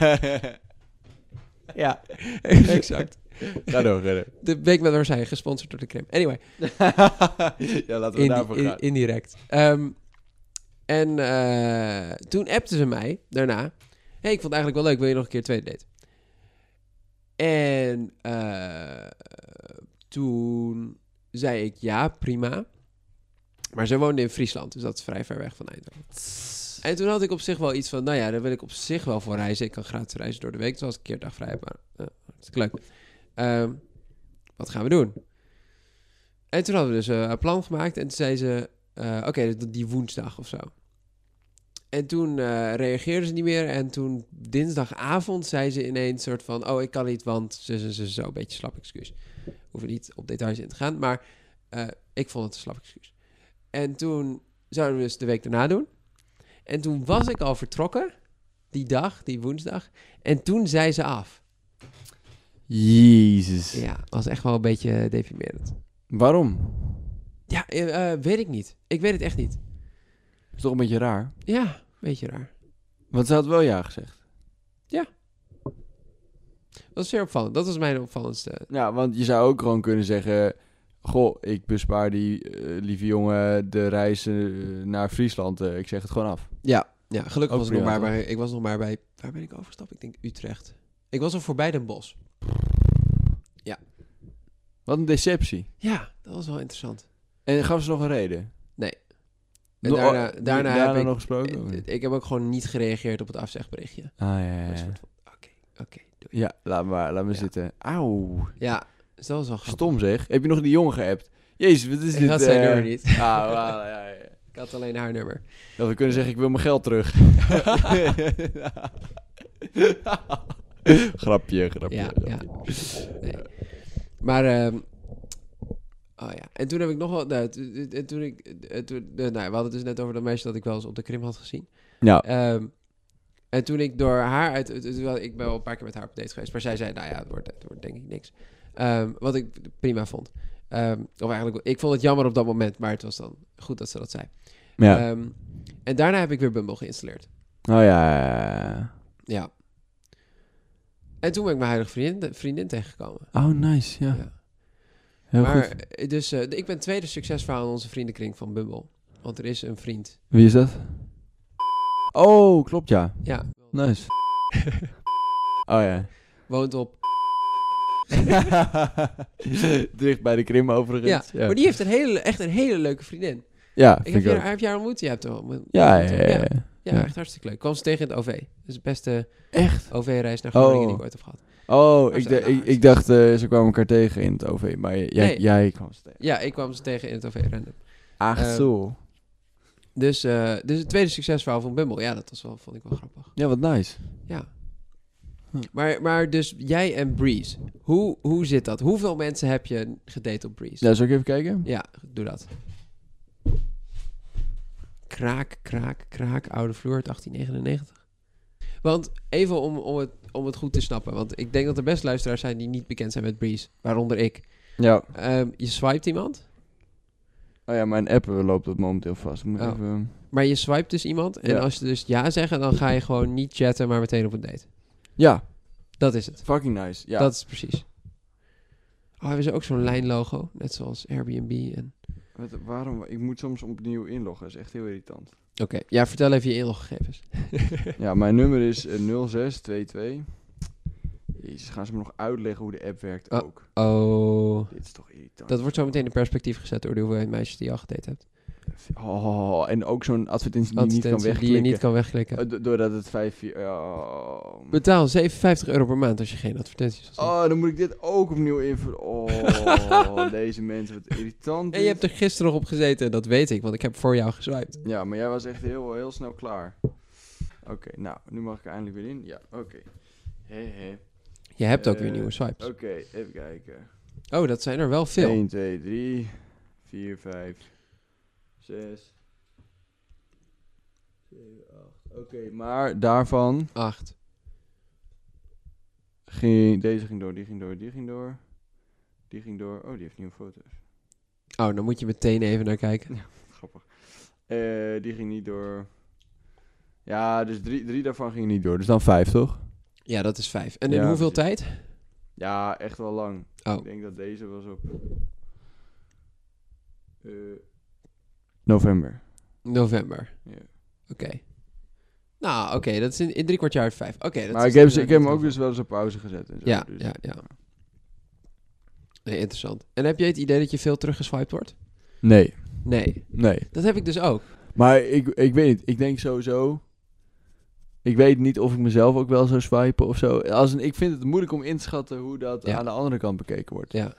Speaker 1: ja, exact.
Speaker 2: Ga door, ga door.
Speaker 1: De week met haar zijn gesponsord door de Krim. Anyway.
Speaker 2: ja, laten we
Speaker 1: Indi-
Speaker 2: daarvoor
Speaker 1: in-
Speaker 2: gaan.
Speaker 1: indirect. Ehm, en eh, toen appte ze mij daarna. hey, ik vond het eigenlijk wel leuk. Wil je nog een keer een tweede date? En eh, toen zei ik ja, prima. Maar ze woonde in Friesland, dus dat is vrij ver weg van Eindhoven. En toen had ik op zich wel iets van, nou ja, daar wil ik op zich wel voor reizen. Ik kan gratis reizen door de week, zoals ik een keer dag vrij heb, maar eh, hartstikke leuk. Ehm, wat gaan we doen? En toen hadden we dus eh, een plan gemaakt en toen zei ze, eh, oké, dus die woensdag of zo. En toen eh reageerde ze niet meer en toen dinsdagavond zei ze ineens soort van, oh, ik kan niet, want ze ze ze zo, een beetje slap excuus. Hoeven niet op details in te gaan, maar eh, ik vond het een slap excuus. En toen zouden we dus de week daarna doen. En toen was ik al vertrokken, die dag, die woensdag. En toen zei ze af.
Speaker 2: Jezus.
Speaker 1: Ja, was echt wel een beetje deprimerend.
Speaker 2: Waarom?
Speaker 1: Ja, eh, eh, weet ik niet. Ik weet het echt niet.
Speaker 2: is toch een beetje raar?
Speaker 1: Ja, beetje raar.
Speaker 2: Want ze had wel ja gezegd.
Speaker 1: Dat was zeer opvallend. Dat was mijn opvallendste.
Speaker 2: Ja, want je zou ook gewoon kunnen zeggen... Goh, ik bespaar die eh, lieve jongen de reis eh, naar Friesland. eh, ik zeg het gewoon af.
Speaker 1: Ja, ja gelukkig
Speaker 2: Ook
Speaker 1: was ik nog
Speaker 2: prima,
Speaker 1: maar bij... Ik was nog maar bij... Waar ben ik overgestapt? Ik denk Utrecht. Ik was al voorbij Den Bosch.
Speaker 2: Wat een deceptie.
Speaker 1: Ja, dat was wel interessant.
Speaker 2: En gaf ze nog een reden?
Speaker 1: En
Speaker 2: No-
Speaker 1: daarna,
Speaker 2: oh,
Speaker 1: daarna, heb ik...
Speaker 2: nog gesproken? of
Speaker 1: ik,
Speaker 2: niet?
Speaker 1: ik heb ook gewoon niet gereageerd op het afzegberichtje.
Speaker 2: Ah, ja, ja,
Speaker 1: Een
Speaker 2: ja.
Speaker 1: soort van, Oké, oké, doei.
Speaker 2: Ja, laat maar, laat maar
Speaker 1: Ja.
Speaker 2: zitten. Auw.
Speaker 1: Ja, dus dat was wel grappig.
Speaker 2: Stom zeg. Heb je nog die jongen geappt? Jezus, wat is
Speaker 1: Ik
Speaker 2: dit?
Speaker 1: had zijn
Speaker 2: eh?
Speaker 1: nummer niet.
Speaker 2: Ah, wauw, ja, ja.
Speaker 1: Ik had alleen haar nummer.
Speaker 2: Dat we kunnen zeggen, ik wil mijn geld terug. grapje, grapje.
Speaker 1: Ja,
Speaker 2: grapje.
Speaker 1: ja. Nee. Maar, ehm, oh ja. En toen heb ik nog wel, nou, toen, toen- toen ik, eh, toen, eh, nou, we hadden het dus net over dat meisje dat ik wel eens op de Krim had gezien.
Speaker 2: Nou,
Speaker 1: Ehm, en toen ik door haar uit, het- het- wel, ik ben wel een paar keer met haar op date geweest, maar zij zei, nou ja, het wordt, het wordt denk ik niks. Ehm, wat ik prima vond. Ehm, of eigenlijk, ik vond het jammer op dat moment, maar het was dan goed dat ze dat zei.
Speaker 2: ja.
Speaker 1: Ehm, en daarna heb ik weer Bumble geïnstalleerd.
Speaker 2: oh ja, ja, ja.
Speaker 1: Ja. En toen ben ik mijn huidige vriendin, vriendin tegengekomen.
Speaker 2: Oh, nice, ja.
Speaker 1: Ja.
Speaker 2: Heel
Speaker 1: maar
Speaker 2: goed.
Speaker 1: eh, dus, eh, d- ik ben het tweede succesverhaal in onze vriendenkring van Bumble. Want er is een vriend.
Speaker 2: Wie is dat? Oh, klopt, ja.
Speaker 1: Ja,
Speaker 2: Nice. oh ja.
Speaker 1: woont op.
Speaker 2: Dicht bij de krim
Speaker 1: Ja,
Speaker 2: overigens. Ja,
Speaker 1: maar die heeft een hele, echt een hele leuke vriendin.
Speaker 2: ja
Speaker 1: Ik
Speaker 2: vind
Speaker 1: heb
Speaker 2: ik
Speaker 1: je,
Speaker 2: ook.
Speaker 1: haar, heb je haar ontmoet? Je hebt haar ontmoet.
Speaker 2: Ja, ja,
Speaker 1: ja.
Speaker 2: ja, ja.
Speaker 1: Ja, echt hartstikke leuk. Kwam ze tegen in het OV. Dus de beste
Speaker 2: Echt?
Speaker 1: OV-reis naar
Speaker 2: Oh.
Speaker 1: Groningen die ik ooit heb gehad.
Speaker 2: Oh,
Speaker 1: Maar
Speaker 2: ik,
Speaker 1: ze-
Speaker 2: d-
Speaker 1: nou,
Speaker 2: ik,
Speaker 1: hartstikke-
Speaker 2: ik dacht, eh, ze kwamen elkaar tegen in het OV, maar j- jij,
Speaker 1: Nee.
Speaker 2: jij kwam ze tegen.
Speaker 1: Ja, ik kwam ze tegen in het OV-random.
Speaker 2: Ach
Speaker 1: Eh,
Speaker 2: zo.
Speaker 1: Dus, eh, dus het tweede succesverhaal van Bumble. Ja, dat was wel, vond ik wel grappig.
Speaker 2: Ja, wat nice.
Speaker 1: Ja.
Speaker 2: Hm.
Speaker 1: Maar, maar dus jij en Breeze. Hoe, hoe zit dat? Hoeveel mensen heb je gedate op Breeze?
Speaker 2: Nou, zal ik even kijken?
Speaker 1: Ja, doe dat. Kraak, kraak, kraak, oude vloer uit 1899. Want even om, om, het, om het goed te snappen, want ik denk dat er best luisteraars zijn die niet bekend zijn met Breeze, waaronder ik.
Speaker 2: Ja.
Speaker 1: Ehm, je swipet iemand,
Speaker 2: Oh ja, mijn app loopt op momenteel vast. Moet ik
Speaker 1: Oh.
Speaker 2: even...
Speaker 1: maar je swipet dus iemand en
Speaker 2: Ja.
Speaker 1: als ze dus ja zeggen, dan ga je gewoon niet chatten, maar meteen op een date.
Speaker 2: Ja,
Speaker 1: Dat is het.
Speaker 2: fucking nice. Ja.
Speaker 1: Dat is precies. Oh, hebben ze ook zo'n lijnlogo, net zoals Airbnb en...
Speaker 2: Wat- waarom? Ik moet soms opnieuw inloggen. Dat is echt heel irritant.
Speaker 1: Oké, ja, vertel even je inloggegevens.
Speaker 2: ja, mijn nummer is eh, 0622. Jezus, gaan ze me nog uitleggen hoe de app werkt
Speaker 1: Oh.
Speaker 2: ook.
Speaker 1: Oh,
Speaker 2: Dit is toch irritant.
Speaker 1: dat wordt zo meteen in perspectief gezet door de hoeveelheid meisjes die je al gedate hebt.
Speaker 2: Oh, en ook zo'n advertentie die je niet
Speaker 1: advertentie
Speaker 2: kan wegklikken.
Speaker 1: die je niet kan wegklikken.
Speaker 2: Eh, do- doordat het 5... Oh.
Speaker 1: Betaal 57 euro per maand als je geen advertenties wil zien.
Speaker 2: Oh, dan moet ik dit ook opnieuw invullen. Oh, deze mensen, wat irritant.
Speaker 1: En je
Speaker 2: dit.
Speaker 1: hebt er gisteren nog op gezeten, dat weet ik, want ik heb voor jou geswiped.
Speaker 2: Ja, maar jij was echt heel, heel snel klaar. Oké, nou, nu mag ik er eindelijk weer in. Ja, oké. Hé, hé.
Speaker 1: Je hebt ook
Speaker 2: Eh,
Speaker 1: weer nieuwe swipes.
Speaker 2: Oké, even kijken.
Speaker 1: Oh, dat zijn er wel veel.
Speaker 2: 1, 2, 3, 4, 5, 6, 7, 8. Oké, maar daarvan
Speaker 1: Acht.
Speaker 2: ging... Deze ging door, die ging door, die ging door. Die ging door. Oh, die heeft nieuwe foto's.
Speaker 1: Oh, dan moet je meteen even naar kijken.
Speaker 2: Grappig. Eh, die ging niet door. Ja, dus drie, drie daarvan gingen niet door. Dus dan vijf, toch?
Speaker 1: Ja, dat is vijf. En in
Speaker 2: Ja,
Speaker 1: hoeveel
Speaker 2: precies.
Speaker 1: tijd?
Speaker 2: Ja, echt wel lang.
Speaker 1: Oh.
Speaker 2: Ik denk dat deze was op... eh, November.
Speaker 1: November.
Speaker 2: Ja.
Speaker 1: Oké. Nou, oké, dat is in, in drie kwart jaar vijf. Oké, dat
Speaker 2: Maar
Speaker 1: is
Speaker 2: ik heb,
Speaker 1: dus
Speaker 2: ze- ik
Speaker 1: inderdaad
Speaker 2: heb hem ook
Speaker 1: wel-
Speaker 2: dus wel eens op pauze gezet. En zo,
Speaker 1: Ja,
Speaker 2: dus,
Speaker 1: ja, ja. Nee, interessant. En heb jij het idee dat je veel teruggeswiped wordt?
Speaker 2: Nee.
Speaker 1: Nee,
Speaker 2: Nee.
Speaker 1: dat heb ik dus ook.
Speaker 2: Maar ik, ik weet niet. Ik denk sowieso... Ik weet niet of ik mezelf ook wel zou swipen of zo. Als een, ik vind het moeilijk om in te schatten hoe dat
Speaker 1: Ja.
Speaker 2: aan de andere kant bekeken wordt.
Speaker 1: Ja.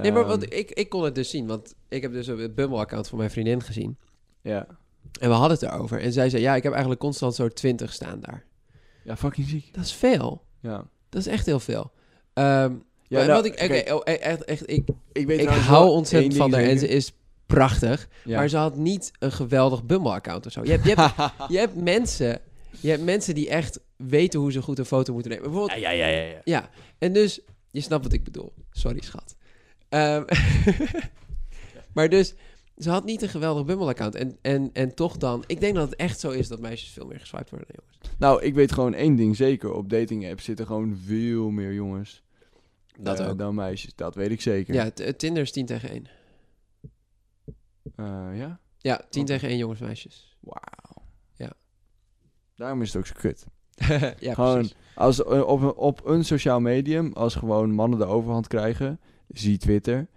Speaker 1: Nee, maar
Speaker 2: Ehm,
Speaker 1: want ik, ik kon het dus zien, want ik heb dus het Bumble-account van mijn vriendin gezien.
Speaker 2: Ja.
Speaker 1: En we hadden het erover. En zij zei, ja, ik heb eigenlijk constant zo'n 20 staan daar.
Speaker 2: ja, fucking ziek.
Speaker 1: Dat is veel.
Speaker 2: Ja.
Speaker 1: Dat is echt heel veel. Ehm
Speaker 2: Ja,
Speaker 1: maar
Speaker 2: nou,
Speaker 1: wat ik, oké,
Speaker 2: kijk,
Speaker 1: oh, e- echt, echt, ik,
Speaker 2: ik, weet
Speaker 1: ik
Speaker 2: trouwens
Speaker 1: hou
Speaker 2: wel
Speaker 1: ontzettend
Speaker 2: één
Speaker 1: van
Speaker 2: ding
Speaker 1: haar en ze
Speaker 2: zeker.
Speaker 1: is prachtig.
Speaker 2: Ja.
Speaker 1: Maar ze had niet een geweldig Bumble-account of zo. Je hebt, je, hebt, je, hebt mensen, je hebt mensen die echt weten hoe ze goed een foto moeten nemen. Bijvoorbeeld,
Speaker 2: ja, ja, ja, ja.
Speaker 1: ja. En dus, je snapt wat ik bedoel. Sorry, schat. Ehm, maar dus, ze had niet een geweldig Bumble-account. En, en, en toch dan, ik denk dat het echt zo is dat meisjes veel meer geswiped worden dan jongens.
Speaker 2: Nou, ik weet gewoon één ding zeker. Op dating apps zitten gewoon veel meer jongens
Speaker 1: Dat
Speaker 2: eh,
Speaker 1: ook.
Speaker 2: dan meisjes. Dat weet ik zeker.
Speaker 1: Ja, t- Tinder is 10 tegen 1.
Speaker 2: Eh, ja?
Speaker 1: Ja, 10
Speaker 2: Oké.
Speaker 1: tegen 1 jongens en meisjes.
Speaker 2: Wauw.
Speaker 1: Ja.
Speaker 2: Daarom is het ook zo kut.
Speaker 1: ja,
Speaker 2: Gewoon-
Speaker 1: precies.
Speaker 2: Als, eh, op, een- op een sociaal medium, als gewoon mannen de overhand krijgen, zie Twitter,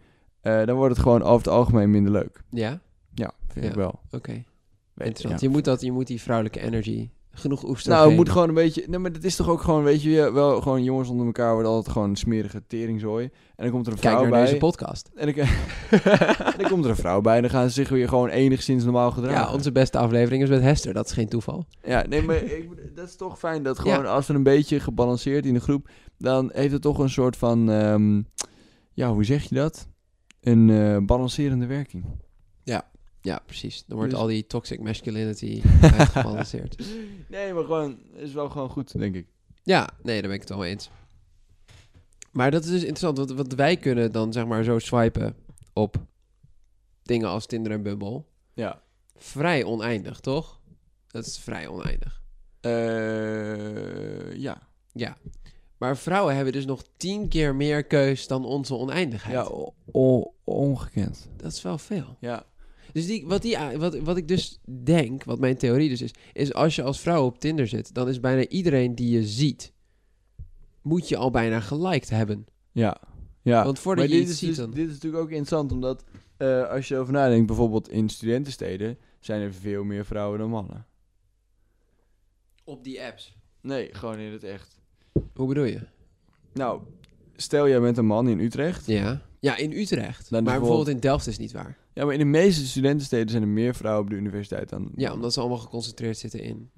Speaker 2: eh, dan wordt het gewoon over het algemeen minder leuk.
Speaker 1: Ja,
Speaker 2: Ja, vind
Speaker 1: Ja.
Speaker 2: ik wel.
Speaker 1: oké.
Speaker 2: Weet-
Speaker 1: Interessant.
Speaker 2: ja.
Speaker 1: Je, moet dat, je moet die vrouwelijke energy genoeg oesteren.
Speaker 2: Nou, het moet gewoon een beetje... Nee, maar dat is toch ook gewoon, weet je, ja, wel gewoon jongens onder elkaar worden altijd gewoon smerige teringzooi. En dan komt er een
Speaker 1: Kijk
Speaker 2: vrouw
Speaker 1: naar
Speaker 2: bij.
Speaker 1: deze podcast.
Speaker 2: En dan, en dan komt er een vrouw bij en dan gaan ze zich weer gewoon enigszins normaal gedragen.
Speaker 1: Ja, onze beste aflevering is met Hester. Dat is geen toeval.
Speaker 2: Ja, nee, maar ik, bedo- dat is toch fijn dat gewoon als er een beetje gebalanceerd in de groep, dan heeft het toch een soort van, ehm, ja, hoe zeg je dat? Een eh, balancerende werking.
Speaker 1: Ja, precies. Dan wordt
Speaker 2: Dus-
Speaker 1: al die toxic masculinity uitgebalanceerd.
Speaker 2: Nee, maar gewoon, is wel gewoon goed, denk ik.
Speaker 1: Ja, nee, daar ben ik het wel mee eens. Maar dat is dus interessant, want, want wij kunnen dan zeg maar zo swipen op dingen als Tinder en Bumble.
Speaker 2: Ja.
Speaker 1: Vrij oneindig, toch? Dat is vrij oneindig.
Speaker 2: Eh, ja.
Speaker 1: Ja. Maar vrouwen hebben dus nog tien keer meer keus dan onze oneindigheid.
Speaker 2: Ja, o- o- ongekend.
Speaker 1: Dat is wel veel.
Speaker 2: Ja.
Speaker 1: Dus die, wat, die, a- wat, wat ik dus denk, wat mijn theorie dus is, is als je als vrouw op Tinder zit, dan is bijna iedereen die je ziet, moet je al bijna geliked hebben.
Speaker 2: Ja. Ja.
Speaker 1: Want voordat
Speaker 2: maar
Speaker 1: je
Speaker 2: dit
Speaker 1: iets
Speaker 2: is,
Speaker 1: ziet
Speaker 2: dus-
Speaker 1: dan...
Speaker 2: dit is natuurlijk ook interessant, omdat eh, als je erover nadenkt, bijvoorbeeld in studentensteden, zijn er veel meer vrouwen dan mannen.
Speaker 1: Op die apps.
Speaker 2: Nee, gewoon in het echt.
Speaker 1: Hoe bedoel je?
Speaker 2: Nou, stel jij bent een man in Utrecht.
Speaker 1: Ja. Ja, in Utrecht.
Speaker 2: Dan
Speaker 1: maar
Speaker 2: bijvoorbeeld-
Speaker 1: bijvoorbeeld in Delft is het niet waar.
Speaker 2: Ja, maar in de meeste studentensteden zijn er meer vrouwen op de universiteit dan.
Speaker 1: Ja, omdat ze allemaal geconcentreerd zitten in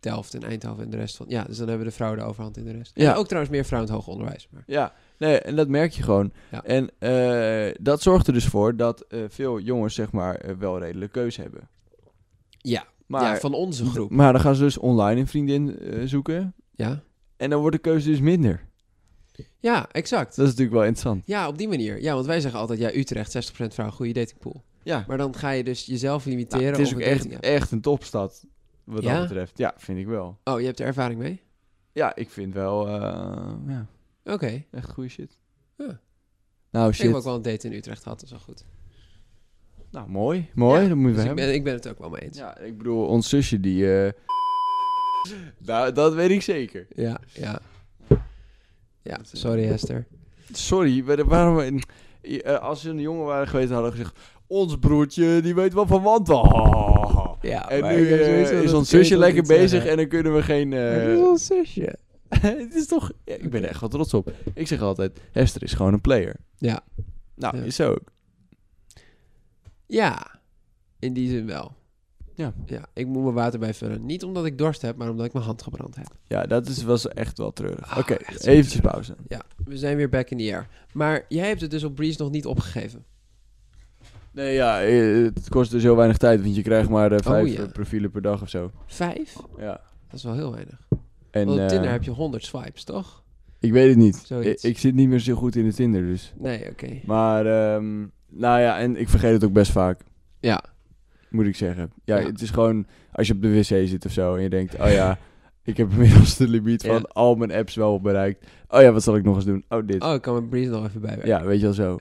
Speaker 1: Delft en Eindhoven en de rest van... Ja, dus dan hebben de vrouwen de overhand in de rest. Ja.
Speaker 2: Ja.
Speaker 1: En ook trouwens meer vrouwen in het hoger onderwijs. Maar...
Speaker 2: Ja, nee, en dat merk je gewoon.
Speaker 1: Ja.
Speaker 2: En eh, dat zorgt er dus voor dat eh, veel jongens, zeg maar, eh, wel redelijk keus hebben.
Speaker 1: Ja.
Speaker 2: Maar,
Speaker 1: ja, van onze groep.
Speaker 2: maar dan gaan ze dus online een vriendin eh, zoeken.
Speaker 1: Ja.
Speaker 2: En dan wordt de keuze dus minder.
Speaker 1: Ja, exact.
Speaker 2: Dat is natuurlijk wel interessant.
Speaker 1: Ja, op die manier. Ja, want wij zeggen altijd, ja, Utrecht, 60% vrouw, goede datingpool.
Speaker 2: Ja,
Speaker 1: Maar dan ga je dus jezelf limiteren.
Speaker 2: nou, het is
Speaker 1: op
Speaker 2: ook
Speaker 1: een
Speaker 2: echt,
Speaker 1: dating app.
Speaker 2: echt een topstad. Wat
Speaker 1: Ja?
Speaker 2: dat betreft. Ja, vind ik wel.
Speaker 1: Oh, je hebt er ervaring mee?
Speaker 2: Ja, ik vind wel. eh, ja,
Speaker 1: Oké.
Speaker 2: echt goede shit.
Speaker 1: Ja.
Speaker 2: Nou,
Speaker 1: Ik heb ook
Speaker 2: shit.
Speaker 1: wel een date in Utrecht gehad, dat is wel goed.
Speaker 2: Nou, mooi. Mooi,
Speaker 1: Ja,
Speaker 2: dat moeten we
Speaker 1: Dus ik
Speaker 2: hebben.
Speaker 1: ben, ik ben het ook wel mee eens.
Speaker 2: Ja, ik bedoel, ons zusje die... eh, nou, dat weet ik zeker.
Speaker 1: Ja, ja. Ja,
Speaker 2: Dat is-
Speaker 1: sorry Hester.
Speaker 2: Sorry, waar- waarom... eh, als ze een jongen waren geweest, hadden we gezegd... Ons broertje, die weet wel van want. Oh.
Speaker 1: Ja,
Speaker 2: en nu eh, is ons zusje lekker bezig en dan kunnen we geen... eh,
Speaker 1: is ons zusje.
Speaker 2: het is toch... ja, ik ben er echt wel trots op. Ik zeg altijd, Hester is gewoon een player.
Speaker 1: Ja.
Speaker 2: Nou,
Speaker 1: Ja.
Speaker 2: is ze ook.
Speaker 1: Ja, in die zin wel.
Speaker 2: Ja.
Speaker 1: Ja, ik moet mijn water bijvullen. Niet omdat ik dorst heb, maar omdat ik mijn hand gebrand heb.
Speaker 2: Ja, dat is, was echt wel treurig.
Speaker 1: Ah,
Speaker 2: Oké,
Speaker 1: echt zo
Speaker 2: eventjes pauze.
Speaker 1: Ja, we zijn weer back in the air. Maar jij hebt het dus op Breeze nog niet opgegeven.
Speaker 2: Nee, ja, eh, het kost dus heel weinig tijd, want je krijgt maar eh, vijf
Speaker 1: Oh, ja.
Speaker 2: eh, profielen per dag of zo.
Speaker 1: Vijf?
Speaker 2: Ja.
Speaker 1: Dat is wel heel weinig.
Speaker 2: En,
Speaker 1: Want op
Speaker 2: eh,
Speaker 1: Tinder heb je 100 swipes, toch?
Speaker 2: Ik weet het niet. Ik,
Speaker 1: Zoiets.
Speaker 2: ik zit niet meer zo goed in de Tinder, dus.
Speaker 1: Nee, oké.
Speaker 2: Maar, ehm, nou ja, en ik vergeet het ook best vaak,
Speaker 1: Ja,
Speaker 2: moet ik zeggen. Ja,
Speaker 1: Ja.
Speaker 2: het is gewoon als je op de wc zit of zo en je denkt, oh ja, ik heb inmiddels de limiet
Speaker 1: Ja.
Speaker 2: van al mijn apps wel bereikt. Oh ja, wat zal ik nog eens doen? Oh, dit.
Speaker 1: oh, ik kan mijn Breeze nog even bijwerken.
Speaker 2: ja, weet je wel zo.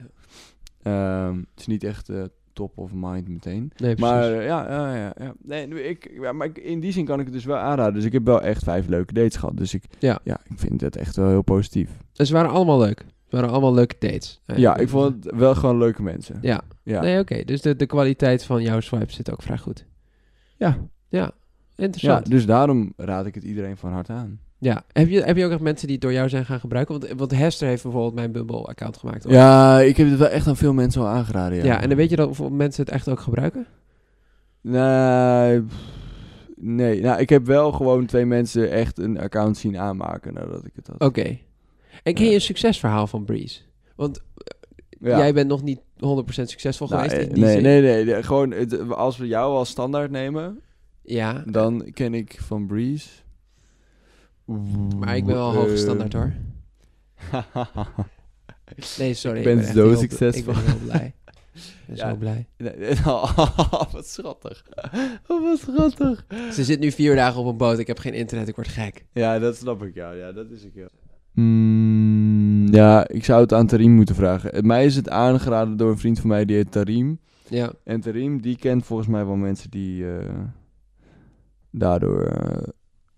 Speaker 2: Ehm, het is niet echt eh, top of mind meteen.
Speaker 1: nee, precies.
Speaker 2: Maar eh, ja, ja, ja, ja. Nee, nu, ik, ja, maar ik- in die zin kan ik het dus wel aanraden. Dus ik heb wel echt vijf leuke dates gehad. Dus ik,
Speaker 1: Ja.
Speaker 2: ja ik vind het echt wel heel positief.
Speaker 1: En Dus ze waren allemaal leuk. waren allemaal leuke dates. Nou
Speaker 2: Ja, ik vond het wel gewoon leuke mensen.
Speaker 1: Ja.
Speaker 2: Ja.
Speaker 1: Nee, oké. Dus de, de kwaliteit van jouw swipe zit ook vrij goed.
Speaker 2: Ja.
Speaker 1: Ja,
Speaker 2: Ja,
Speaker 1: interessant. Ja,
Speaker 2: dus daarom raad ik het iedereen van harte aan.
Speaker 1: Heb, je, heb je ook echt mensen die het door jou zijn gaan gebruiken? Want, want Hester heeft bijvoorbeeld mijn Bumble-account gemaakt. hoor.
Speaker 2: Ja, ik heb het wel echt aan veel mensen al aangeraden. Ja,
Speaker 1: ja, en dan weet je dat of mensen het echt ook gebruiken?
Speaker 2: Nee, pff, nee. Nou, ik heb wel gewoon twee mensen echt een account zien aanmaken nadat ik het had.
Speaker 1: Oké. En ken je
Speaker 2: Ja.
Speaker 1: een succesverhaal van Breeze? Want
Speaker 2: Ja.
Speaker 1: jij bent nog niet 100% succesvol
Speaker 2: Nou,
Speaker 1: geweest in
Speaker 2: eh,
Speaker 1: die
Speaker 2: nee,
Speaker 1: zin.
Speaker 2: nee, nee, nee. Gewoon, het- als we jou als standaard nemen,
Speaker 1: Ja,
Speaker 2: dan ken ik van Breeze. Oeh,
Speaker 1: maar ik ben wel hoog
Speaker 2: eh,
Speaker 1: standaard hoor. Nee, sorry.
Speaker 2: ik ben
Speaker 1: echt
Speaker 2: zo
Speaker 1: heel bl-
Speaker 2: succesvol.
Speaker 1: Ik ben heel blij. Ik ben
Speaker 2: Ja.
Speaker 1: zo blij.
Speaker 2: Nee, nee, wat schattig. Oh, wat schattig.
Speaker 1: Ze zit nu vier dagen op een boot. Ik heb geen internet. Ik word gek.
Speaker 2: Ja, dat snap ik, ja. ja dat is ik, ja. Mm, ja, ik zou het aan Tarim moeten vragen. Eh, Mij is het aangeraden door een vriend van mij, die heet Tarim.
Speaker 1: Ja.
Speaker 2: En Tarim, die kent volgens mij wel mensen die eh, daardoor eh,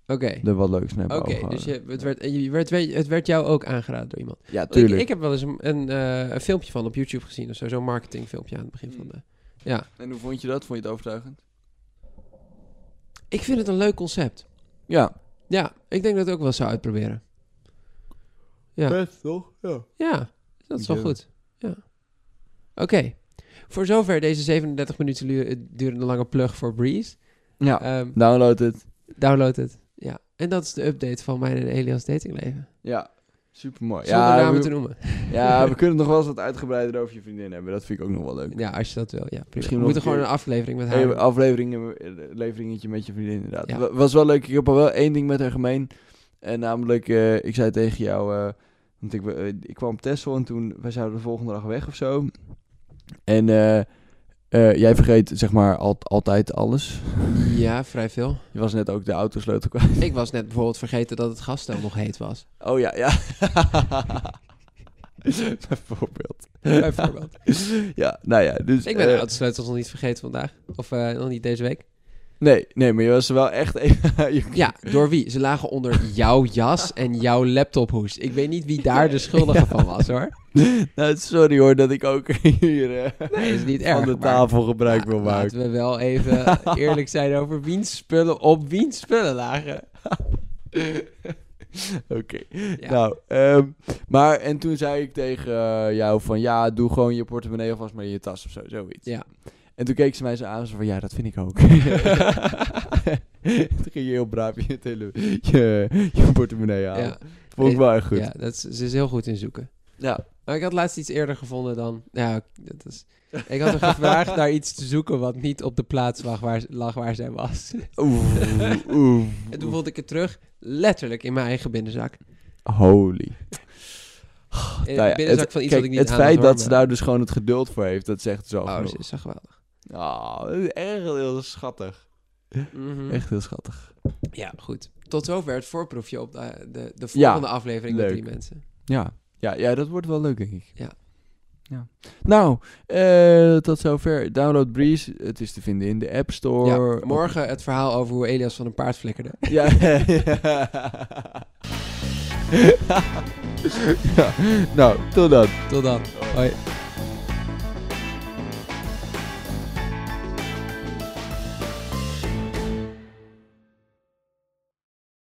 Speaker 1: Oké.
Speaker 2: er wat leuks naar hebben
Speaker 1: Oké, dus
Speaker 2: overgehouden.
Speaker 1: je, het, werd, je werd, het werd jou ook aangeraden door iemand.
Speaker 2: Ja,
Speaker 1: Want Ik,
Speaker 2: tuurlijk.
Speaker 1: ik heb wel eens een, een, eh, een filmpje van op YouTube gezien of zo. Zo'n marketingfilmpje aan het begin van de... Ja.
Speaker 2: En hoe vond je dat? Vond je het overtuigend?
Speaker 1: Ik vind het een leuk concept.
Speaker 2: Ja.
Speaker 1: Ja, ik denk dat ik het ook wel zou uitproberen. Ja.
Speaker 2: Best, toch? Ja.
Speaker 1: Ja, dat is wel
Speaker 2: Ja.
Speaker 1: goed. Ja. Oké. Voor zover deze 37 minuten lu- eh, durende lange plug voor Breeze.
Speaker 2: Ja,
Speaker 1: Ehm,
Speaker 2: download het.
Speaker 1: download het. Ja. En dat is de update van mijn en Elias datingleven.
Speaker 2: Ja, supermooi.
Speaker 1: Zonder
Speaker 2: Ja,
Speaker 1: namen
Speaker 2: we,
Speaker 1: te noemen.
Speaker 2: ja, we kunnen het nog wel eens wat uitgebreider over je vriendin hebben. Dat vind ik ook nog wel leuk.
Speaker 1: Ja, als je dat wil. Ja, prima.
Speaker 2: Misschien
Speaker 1: we
Speaker 2: nog
Speaker 1: moeten
Speaker 2: een
Speaker 1: gewoon een aflevering met haar.
Speaker 2: Hey, afleveringen, eh, leveringetje met je vriendin inderdaad.
Speaker 1: Ja.
Speaker 2: Wa- Was wel leuk. Ik heb al wel één ding met haar gemeen. En namelijk, eh, ik zei tegen jou... eh, want ik, eh, ik kwam op Texel en toen... Wij zouden de volgende dag weg of zo. En eh, eh, jij vergeet zeg maar al- altijd alles.
Speaker 1: Ja, vrij veel.
Speaker 2: Je was net ook de autosleutel kwijt.
Speaker 1: Ik was net bijvoorbeeld vergeten dat het gasstel nog heet was.
Speaker 2: Oh ja, ja. Bijvoorbeeld.
Speaker 1: Bijvoorbeeld.
Speaker 2: Ja, nou ja. Dus,
Speaker 1: Ik ben de
Speaker 2: eh,
Speaker 1: autosleutels nog niet vergeten vandaag. Of eh, nog niet deze week.
Speaker 2: nee, nee, maar je was wel echt even... je-
Speaker 1: Ja, door wie? Ze lagen onder jouw jas en jouw laptophoest. Ik weet niet wie daar de schuldige van was hoor.
Speaker 2: Nou, sorry hoor dat ik ook hier eh,
Speaker 1: Nee, is niet erg.
Speaker 2: van de
Speaker 1: maar-
Speaker 2: tafel gebruik
Speaker 1: Ja,
Speaker 2: wil maken.
Speaker 1: Laten we wel even eerlijk zijn over wiens spullen op wiens spullen lagen.
Speaker 2: Oké.
Speaker 1: Ja.
Speaker 2: Nou, ehm, maar en toen zei ik tegen eh, jou van ja, doe gewoon je portemonnee alvast maar in je tas of zo, zoiets.
Speaker 1: Ja.
Speaker 2: En toen keek ze mij zo aan zo van ja, dat vind ik ook. toen ging je heel braaf je, tele- je, je portemonnee halen.
Speaker 1: ja,
Speaker 2: Vond ik wel echt Nou, goed.
Speaker 1: ja dat is, ze is heel goed in zoeken.
Speaker 2: Ja.
Speaker 1: Maar Nou, ik had laatst iets eerder gevonden dan. Ja, dat is. Ik had haar gevraagd naar iets te zoeken wat niet op de plaats lag waar, lag waar zij was.
Speaker 2: Oeh, oeh.
Speaker 1: En toen vond ik het terug, letterlijk in mijn eigen binnenzak.
Speaker 2: Holy.
Speaker 1: In de
Speaker 2: Nou ja,
Speaker 1: binnenzak
Speaker 2: het,
Speaker 1: van iets
Speaker 2: kijk,
Speaker 1: wat ik niet
Speaker 2: het
Speaker 1: aan
Speaker 2: feit
Speaker 1: had,
Speaker 2: dat ze
Speaker 1: hoor,
Speaker 2: daar dus gewoon het geduld voor heeft, dat zegt zo
Speaker 1: maar- Oh,
Speaker 2: genoeg.
Speaker 1: ze is zo geweldig.
Speaker 2: Ah, dat is erg heel schattig.
Speaker 1: Mhm.
Speaker 2: Echt heel schattig.
Speaker 1: Ja, goed. Tot zover het voorproefje op de, de, de volgende aflevering met
Speaker 2: leuk.
Speaker 1: drie mensen.
Speaker 2: Ja. Ja, ja, dat wordt wel leuk, denk ik.
Speaker 1: Ja.
Speaker 2: ja. Nou, eh, tot zover. Download Breeze. Het is te vinden in de App Store.
Speaker 1: Ja, morgen het verhaal over hoe Elias van een paard flikkerde.
Speaker 2: Ja. ja. Nou, tot dan.
Speaker 1: Tot dan. Hoi.